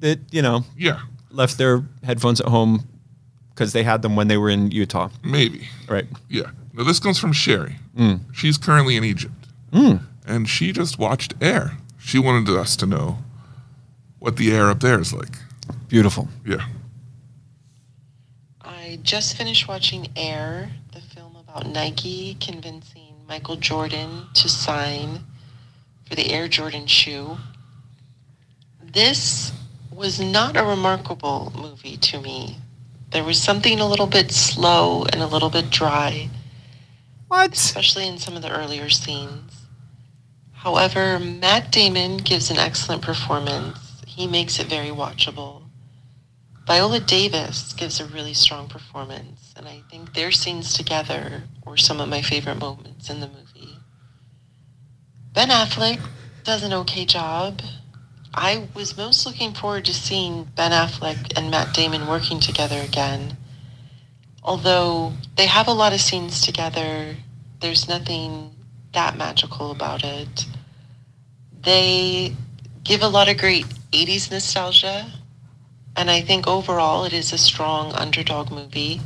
C: that you know
B: Yeah.
C: left their headphones at home because they had them when they were in Utah.
B: Maybe.
C: Right.
B: Yeah. Now this comes from Sherry.
C: Mm.
B: She's currently in Egypt, and she just watched Air. She wanted us to know what the air up there is like.
C: Beautiful.
B: Yeah.
D: I just finished watching Air, the film about Nike convincing Michael Jordan to sign for the Air Jordan shoe. This was not a remarkable movie to me. There was something a little bit slow and a little bit dry,
C: What?
D: especially in some of the earlier scenes. However, Matt Damon gives an excellent performance. He makes it very watchable. Viola Davis gives a really strong performance, and I think their scenes together were some of my favorite moments in the movie. Ben Affleck does an okay job. I was most looking forward to seeing Ben Affleck and Matt Damon working together again. Although they have a lot of scenes together, there's nothing that magical about it. They give a lot of great 80s nostalgia, and I think overall it is a strong underdog movie.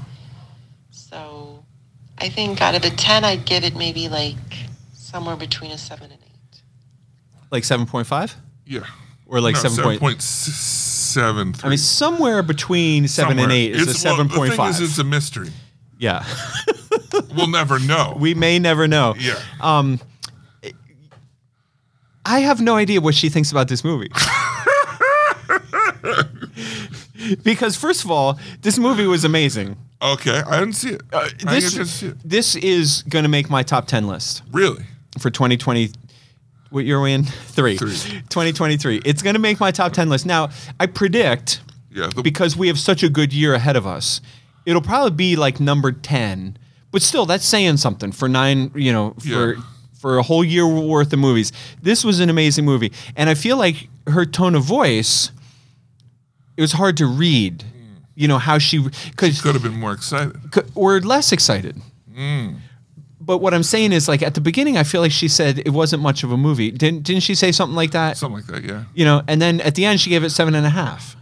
D: So I think out of a 10, I'd give it maybe like somewhere between a 7 and 8.
C: Like seven point five
B: Yeah.
C: or like
B: No,
C: seven point?
B: point seven three.
C: I mean, somewhere between seven and
B: Somewhere.
C: eight is a
B: well,
C: seven point
B: The
C: five.
B: thing is, it's a mystery.
C: yeah.
B: We'll never know.
C: [laughs] we may never know.
B: yeah.
C: Um, I have no idea what she thinks about this
B: [laughs]
C: movie. because first of all, this movie was amazing.
B: Okay. I didn't see it. I
C: uh, This
B: didn't see it.
C: this is going to make my top 10 list
B: Really?
C: for 2020 what year are we in? 3.
B: Three.
C: 2023. It's going to make my top 10 list. Now, I predict
B: Yeah. The,
C: because we have such a good year ahead of us. It'll probably be like number 10, but still that's saying something for nine, you know, for
B: Yeah.
C: for a whole year worth of movies. This was an amazing movie. And I feel like her tone of voice it was hard to read. You know, how she cuz
B: could have been more excited.
C: or less excited. But what I'm saying is like at the beginning I feel like she said it wasn't much of a movie. Didn't didn't she say something like that?
B: Something like that. Yeah.
C: you know and then at the end she gave it seven and a half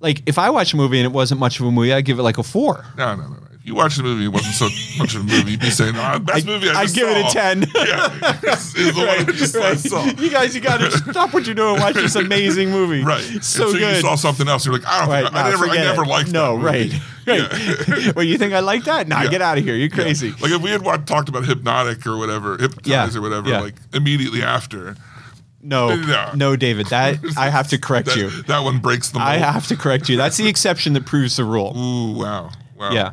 C: like if i watch a movie and it wasn't much of a movie i'd give it like a four
B: No, no, no. no. If you watch the movie, it wasn't so much of a movie. You'd be saying, oh, best movie I
C: i'd
B: just
C: give it a
B: [laughs] saw."
C: 10
B: Yeah. Is, is the
C: [laughs]
B: one I just I
C: Right.
B: saw.
C: you guys you
B: [laughs]
C: gotta stop what you're doing and watch this amazing movie
B: Right.
C: [laughs] so
B: Until
C: good
B: you saw something else, you're like, I don't
C: right
B: think,
C: nah,
B: I never, I
C: forget
B: never
C: it.
B: liked
C: no
B: that movie. [laughs]
C: right right [laughs] well you think i like that nah
B: Yeah.
C: get out of here you're
B: Yeah.
C: crazy
B: Like if we had wa- talked about hypnotic or whatever, hypnotize
C: Yeah.
B: or whatever,
C: Yeah.
B: like immediately after, [laughs]
C: no
B: No.
C: no david
B: [laughs]
C: that i have to correct
B: that,
C: you
B: [laughs] that one breaks the mold.
C: i have to correct you
B: [laughs]
C: that's the exception that proves the rule
B: Ooh, wow. Wow.
C: Yeah.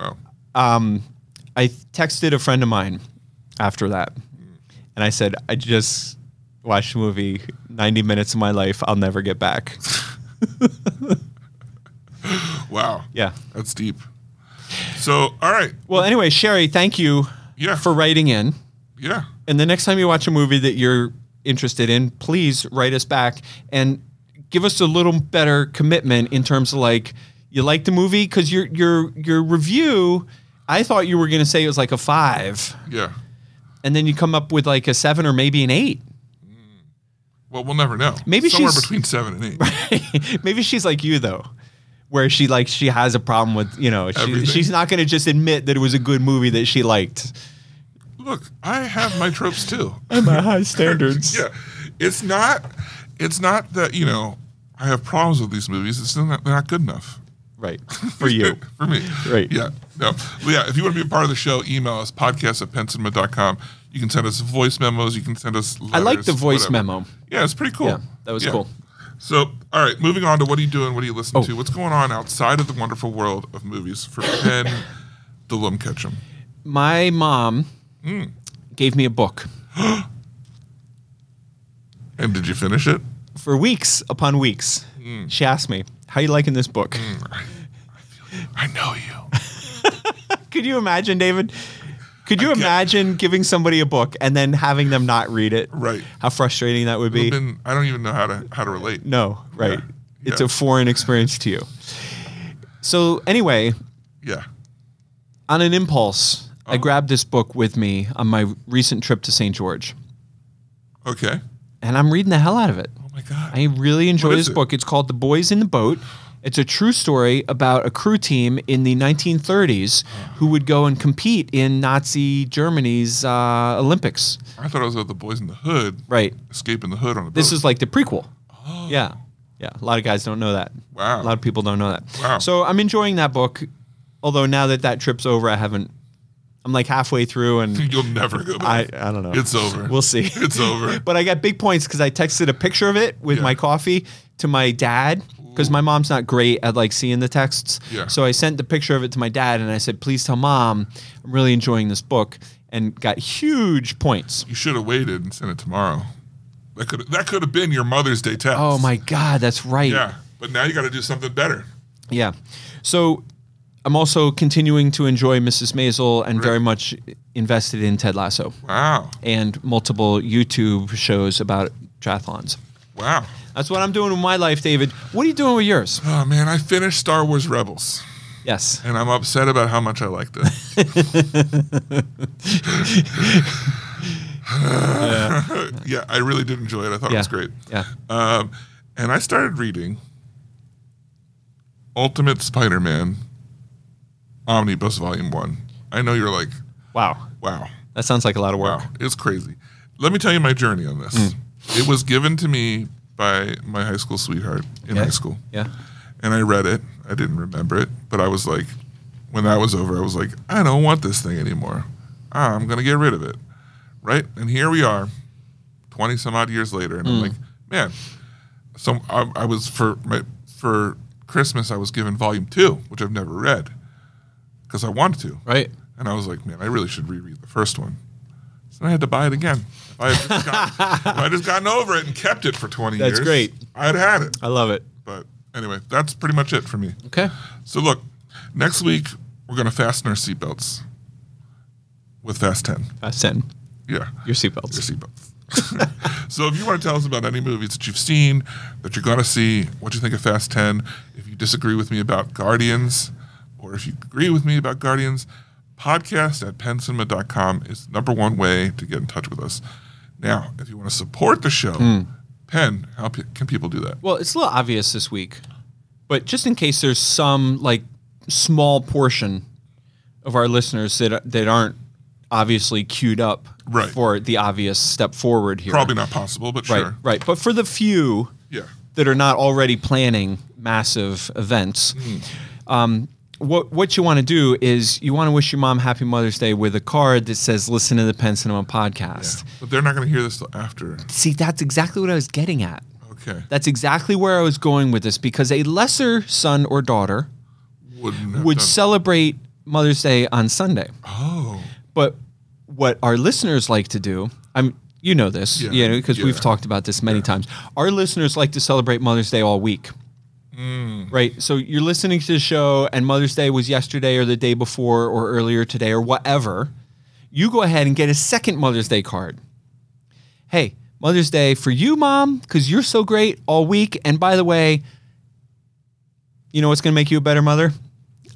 B: Wow.
C: I texted a friend of mine after that, and I said, "I just watched a movie, 90 minutes of my life. I'll never get back."
B: Wow.
C: Yeah.
B: That's deep. So, all right.
C: Well, anyway, Sherry, thank you
B: Yeah.
C: for writing in.
B: Yeah.
C: And the next time you watch a movie that you're interested in, please write us back and give us a little better commitment in terms of like you like the movie because your your your review. I thought you were going to say it was like a five,
B: Yeah.
C: and then you come up with like a seven or maybe an eight.
B: Well, we'll never know.
C: Maybe
B: somewhere
C: she's-
B: between seven and
C: [laughs]
B: eight.
C: Maybe she's like you though, where she like she has a problem with you know she,
B: Everything.
C: she's not going to just admit that it was a good movie that she liked.
B: Look, I have my tropes too.
C: My high standards.
B: [laughs] yeah, it's not. It's not that you know I have problems with these movies. It's not they're not good enough.
C: Right for you.
B: [laughs] for me.
C: Right.
B: Yeah. No. But yeah. If you want to be a part of the show, email us podcast at pensinma.com. You can send us voice memos. You can send us. Letters,
C: I like the voice
B: whatever.
C: memo.
B: Yeah, it's pretty cool.
C: Yeah, that was cool.
B: So, all right, moving on to what are you doing? What are you listening
C: Oh.
B: to? What's going on outside of the wonderful world of movies for Penn [laughs] DeLum Ketchum?
C: My mom
B: Hmm.
C: gave me a book
B: And did you finish it?
C: for weeks upon weeks.
B: Hmm.
C: She asked me, "How you liking this book?"
B: I know you.
C: [laughs] Could you imagine, David? Could you imagine giving somebody a book and then having them not read it? [laughs]
B: Right.
C: How frustrating that would be.
B: Been, I don't even know how to how to relate.
C: No, right.
B: Yeah.
C: It's a foreign experience to you. So, anyway,
B: Yeah.
C: on an impulse,
B: Uh-huh.
C: I grabbed this book with me on my recent trip to St. George,
B: Okay.
C: and I'm reading the hell out of it.
B: Oh my god.
C: I really enjoy
B: What is
C: this
B: it?
C: book. It's called The Boys in the Boat. It's a true story about a crew team in the 1930s
B: Uh-huh.
C: who would go and compete in Nazi Germany's uh, Olympics.
B: I thought I was with the boys in the hood.
C: Right.
B: Escaping the hood on a boat.
C: This is like the prequel. Yeah. Yeah. A lot of guys don't know that.
B: Oh. Wow.
C: A lot of people don't know that.
B: Wow.
C: So I'm enjoying that book. Although now that that trip's over, I haven't, I'm like halfway through and
B: [laughs] You'll never go
C: I,
B: back.
C: I don't know.
B: It's over.
C: [laughs] We'll see.
B: [laughs] It's over.
C: [laughs] but I got big points because I texted a picture of it with
B: Yeah.
C: my coffee to my dad because my mom's not great at like seeing the texts.
B: Yeah.
C: So I sent the picture of it to my dad and I said, please tell mom I'm really enjoying this book and got huge points.
B: You should have waited and sent it tomorrow. That could that could have been your Mother's Day text.
C: Oh my God, that's right.
B: Yeah, but now you got to do something better.
C: Yeah. So I'm also continuing to enjoy Mrs. Maisel and very much invested in Ted Lasso
B: Wow,
C: and multiple YouTube shows about triathlons.
B: wow.
C: That's what I'm doing with my life, David. What are you doing with yours?
B: Oh man, I finished Star Wars Rebels,
C: Yes.
B: and I'm upset about how much I liked it. yeah, I really did enjoy it. I thought it
C: Yeah.
B: was great.
C: Yeah.
B: Um, and I started reading Ultimate Spider-Man Omnibus Volume One. I know you're like,
C: Wow.
B: wow.
C: That sounds like a lot of work.
B: Wow, it's crazy. Let me tell you my journey on this. It was given to me by my high school sweetheart in
C: Yeah.
B: high school.
C: Yeah.
B: And I read it. I didn't remember it, but I was like, when that was over, I was like, I don't want this thing anymore. Ah, I'm going to get rid of it. Right? And here we are, 20 some odd years later. And
C: Hmm.
B: I'm like, man, so I, I was for my, for Christmas, I was given volume two, which I've never read because I wanted to.
C: Right.
B: And I was like, man, I really should reread the first one. So I had to buy it again. If I had just gotten, if I had just gotten over it and kept it for 20
C: That's
B: years.
C: great.
B: I'd had it.
C: I love it.
B: But anyway, that's pretty much it for me.
C: Okay.
B: So look, next week, we're going to fasten our seatbelts with Fast 10.
C: Fast 10.
B: Yeah.
C: Your seatbelts.
B: Your seatbelts. [laughs] so if you want to tell us about any movies that you've seen, that you're going to see, what you think of Fast 10, if you disagree with me about Guardians, or if you agree with me about Guardians, podcast at pencinema.com is the number one way to get in touch with us. Now, if you want to support the show,
C: Hmm.
B: Penn, how pe- can people do that?
C: Well, it's a little obvious this week, but just in case there's some like small portion of our listeners that that aren't obviously queued up
B: Right.
C: for the obvious step forward here.
B: Probably not possible, but
C: Right,
B: sure.
C: right. But for the few
B: Yeah.
C: that are not already planning massive events,
B: Hmm.
C: um, what what you want to do is you want to wish your mom Happy Mother's Day with a card that says "Listen to the Penn Cinema Podcast."
B: But they're not going to hear this till after.
C: See, that's exactly what I was getting at.
B: Okay.
C: That's exactly where I was going with this because a lesser son or daughter
B: Wouldn't have
C: would
B: done-
C: celebrate Mother's Day on Sunday.
B: Oh,
C: But what our listeners like to do, I'm you know this,
B: Yeah,
C: you know, because we've
B: yeah.
C: talked about this many times. Our listeners like to celebrate Mother's Day all week.
B: Mm.
C: Right. So you're listening to the show and Mother's Day was yesterday or the day before or earlier today or whatever. You go ahead and get a second Mother's Day card. Hey, Mother's Day for you, mom, because you're so great all week. And by the way, you know what's going to make you a better mother?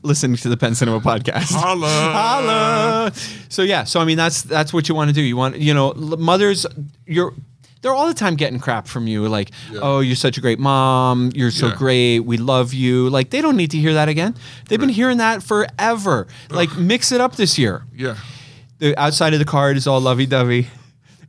C: Listening to the Penn Cinema podcast.
B: holla.
C: Holla. So yeah, so I mean that's that's what you want to do. You want you know l- mothers your they're all the time getting crap from you, like, "Oh, you're such a great mom. You're so
B: Yeah.
C: great. We love you." Like they don't need to hear that again. They've been hearing that forever. Like mix it up this year
B: Yeah.
C: the outside of the card is all lovey dovey.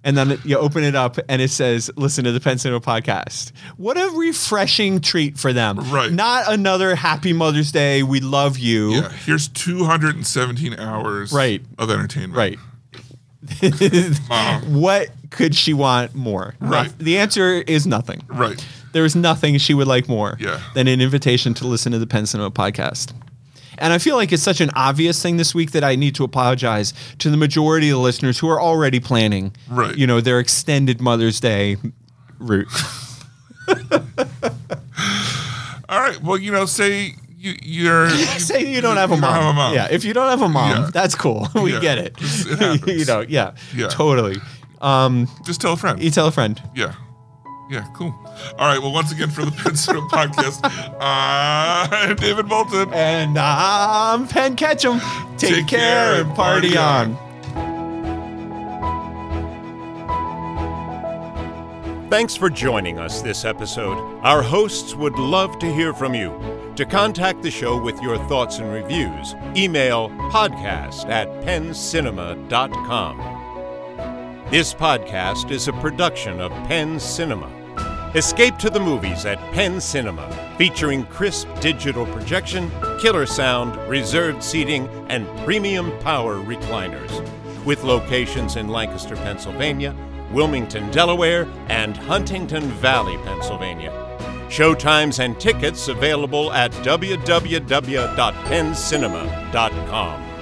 C: And then you open it up and it says, listen to the Pensino podcast. What a refreshing treat for them.
B: Right.
C: Not another happy Mother's Day. We love you.
B: Yeah. Here's 217 hours
C: Right.
B: of entertainment.
C: [laughs] Right. what could she want more?
B: Uh-huh. Right.
C: Noth- The answer is nothing.
B: Right.
C: There is nothing she would like more
B: Yeah.
C: than an invitation to listen to the Penn Cinema podcast. And I feel like it's such an obvious thing this week that I need to apologize to the majority of the listeners who are already planning,
B: Right.
C: you know, their extended Mother's Day
B: [laughs]
C: route.
B: All right. Well, you know, say you, you're.
C: [laughs] Say you don't have a
B: You
C: mom.
B: don't have a mom.
C: Yeah, if you don't have a mom,
B: Yeah.
C: that's cool. [laughs] we
B: Yeah.
C: get it.
B: It
C: [laughs]
B: happens.
C: you know, yeah,
B: Yeah.
C: totally.
B: Just tell a friend.
C: You tell a friend.
B: Yeah. Yeah, cool. All right. Well, once again, for the [laughs] Pencil Podcast, I'm [laughs] David Bolton.
C: And um, I'm Penn Ketchum. Take,
B: Take
C: care,
B: care
C: and party,
B: party on.
C: on.
A: Thanks for joining us this episode. Our hosts would love to hear from you. To contact the show with your thoughts and reviews, email podcast at penncinema.com. This podcast is a production of Penn Cinema. Escape to the movies at Penn Cinema, featuring crisp digital projection, killer sound, reserved seating, and premium power recliners. With locations in Lancaster, Pennsylvania, Wilmington, Delaware, and Huntington Valley, Pennsylvania. Showtimes and tickets available at www.penncinema.com.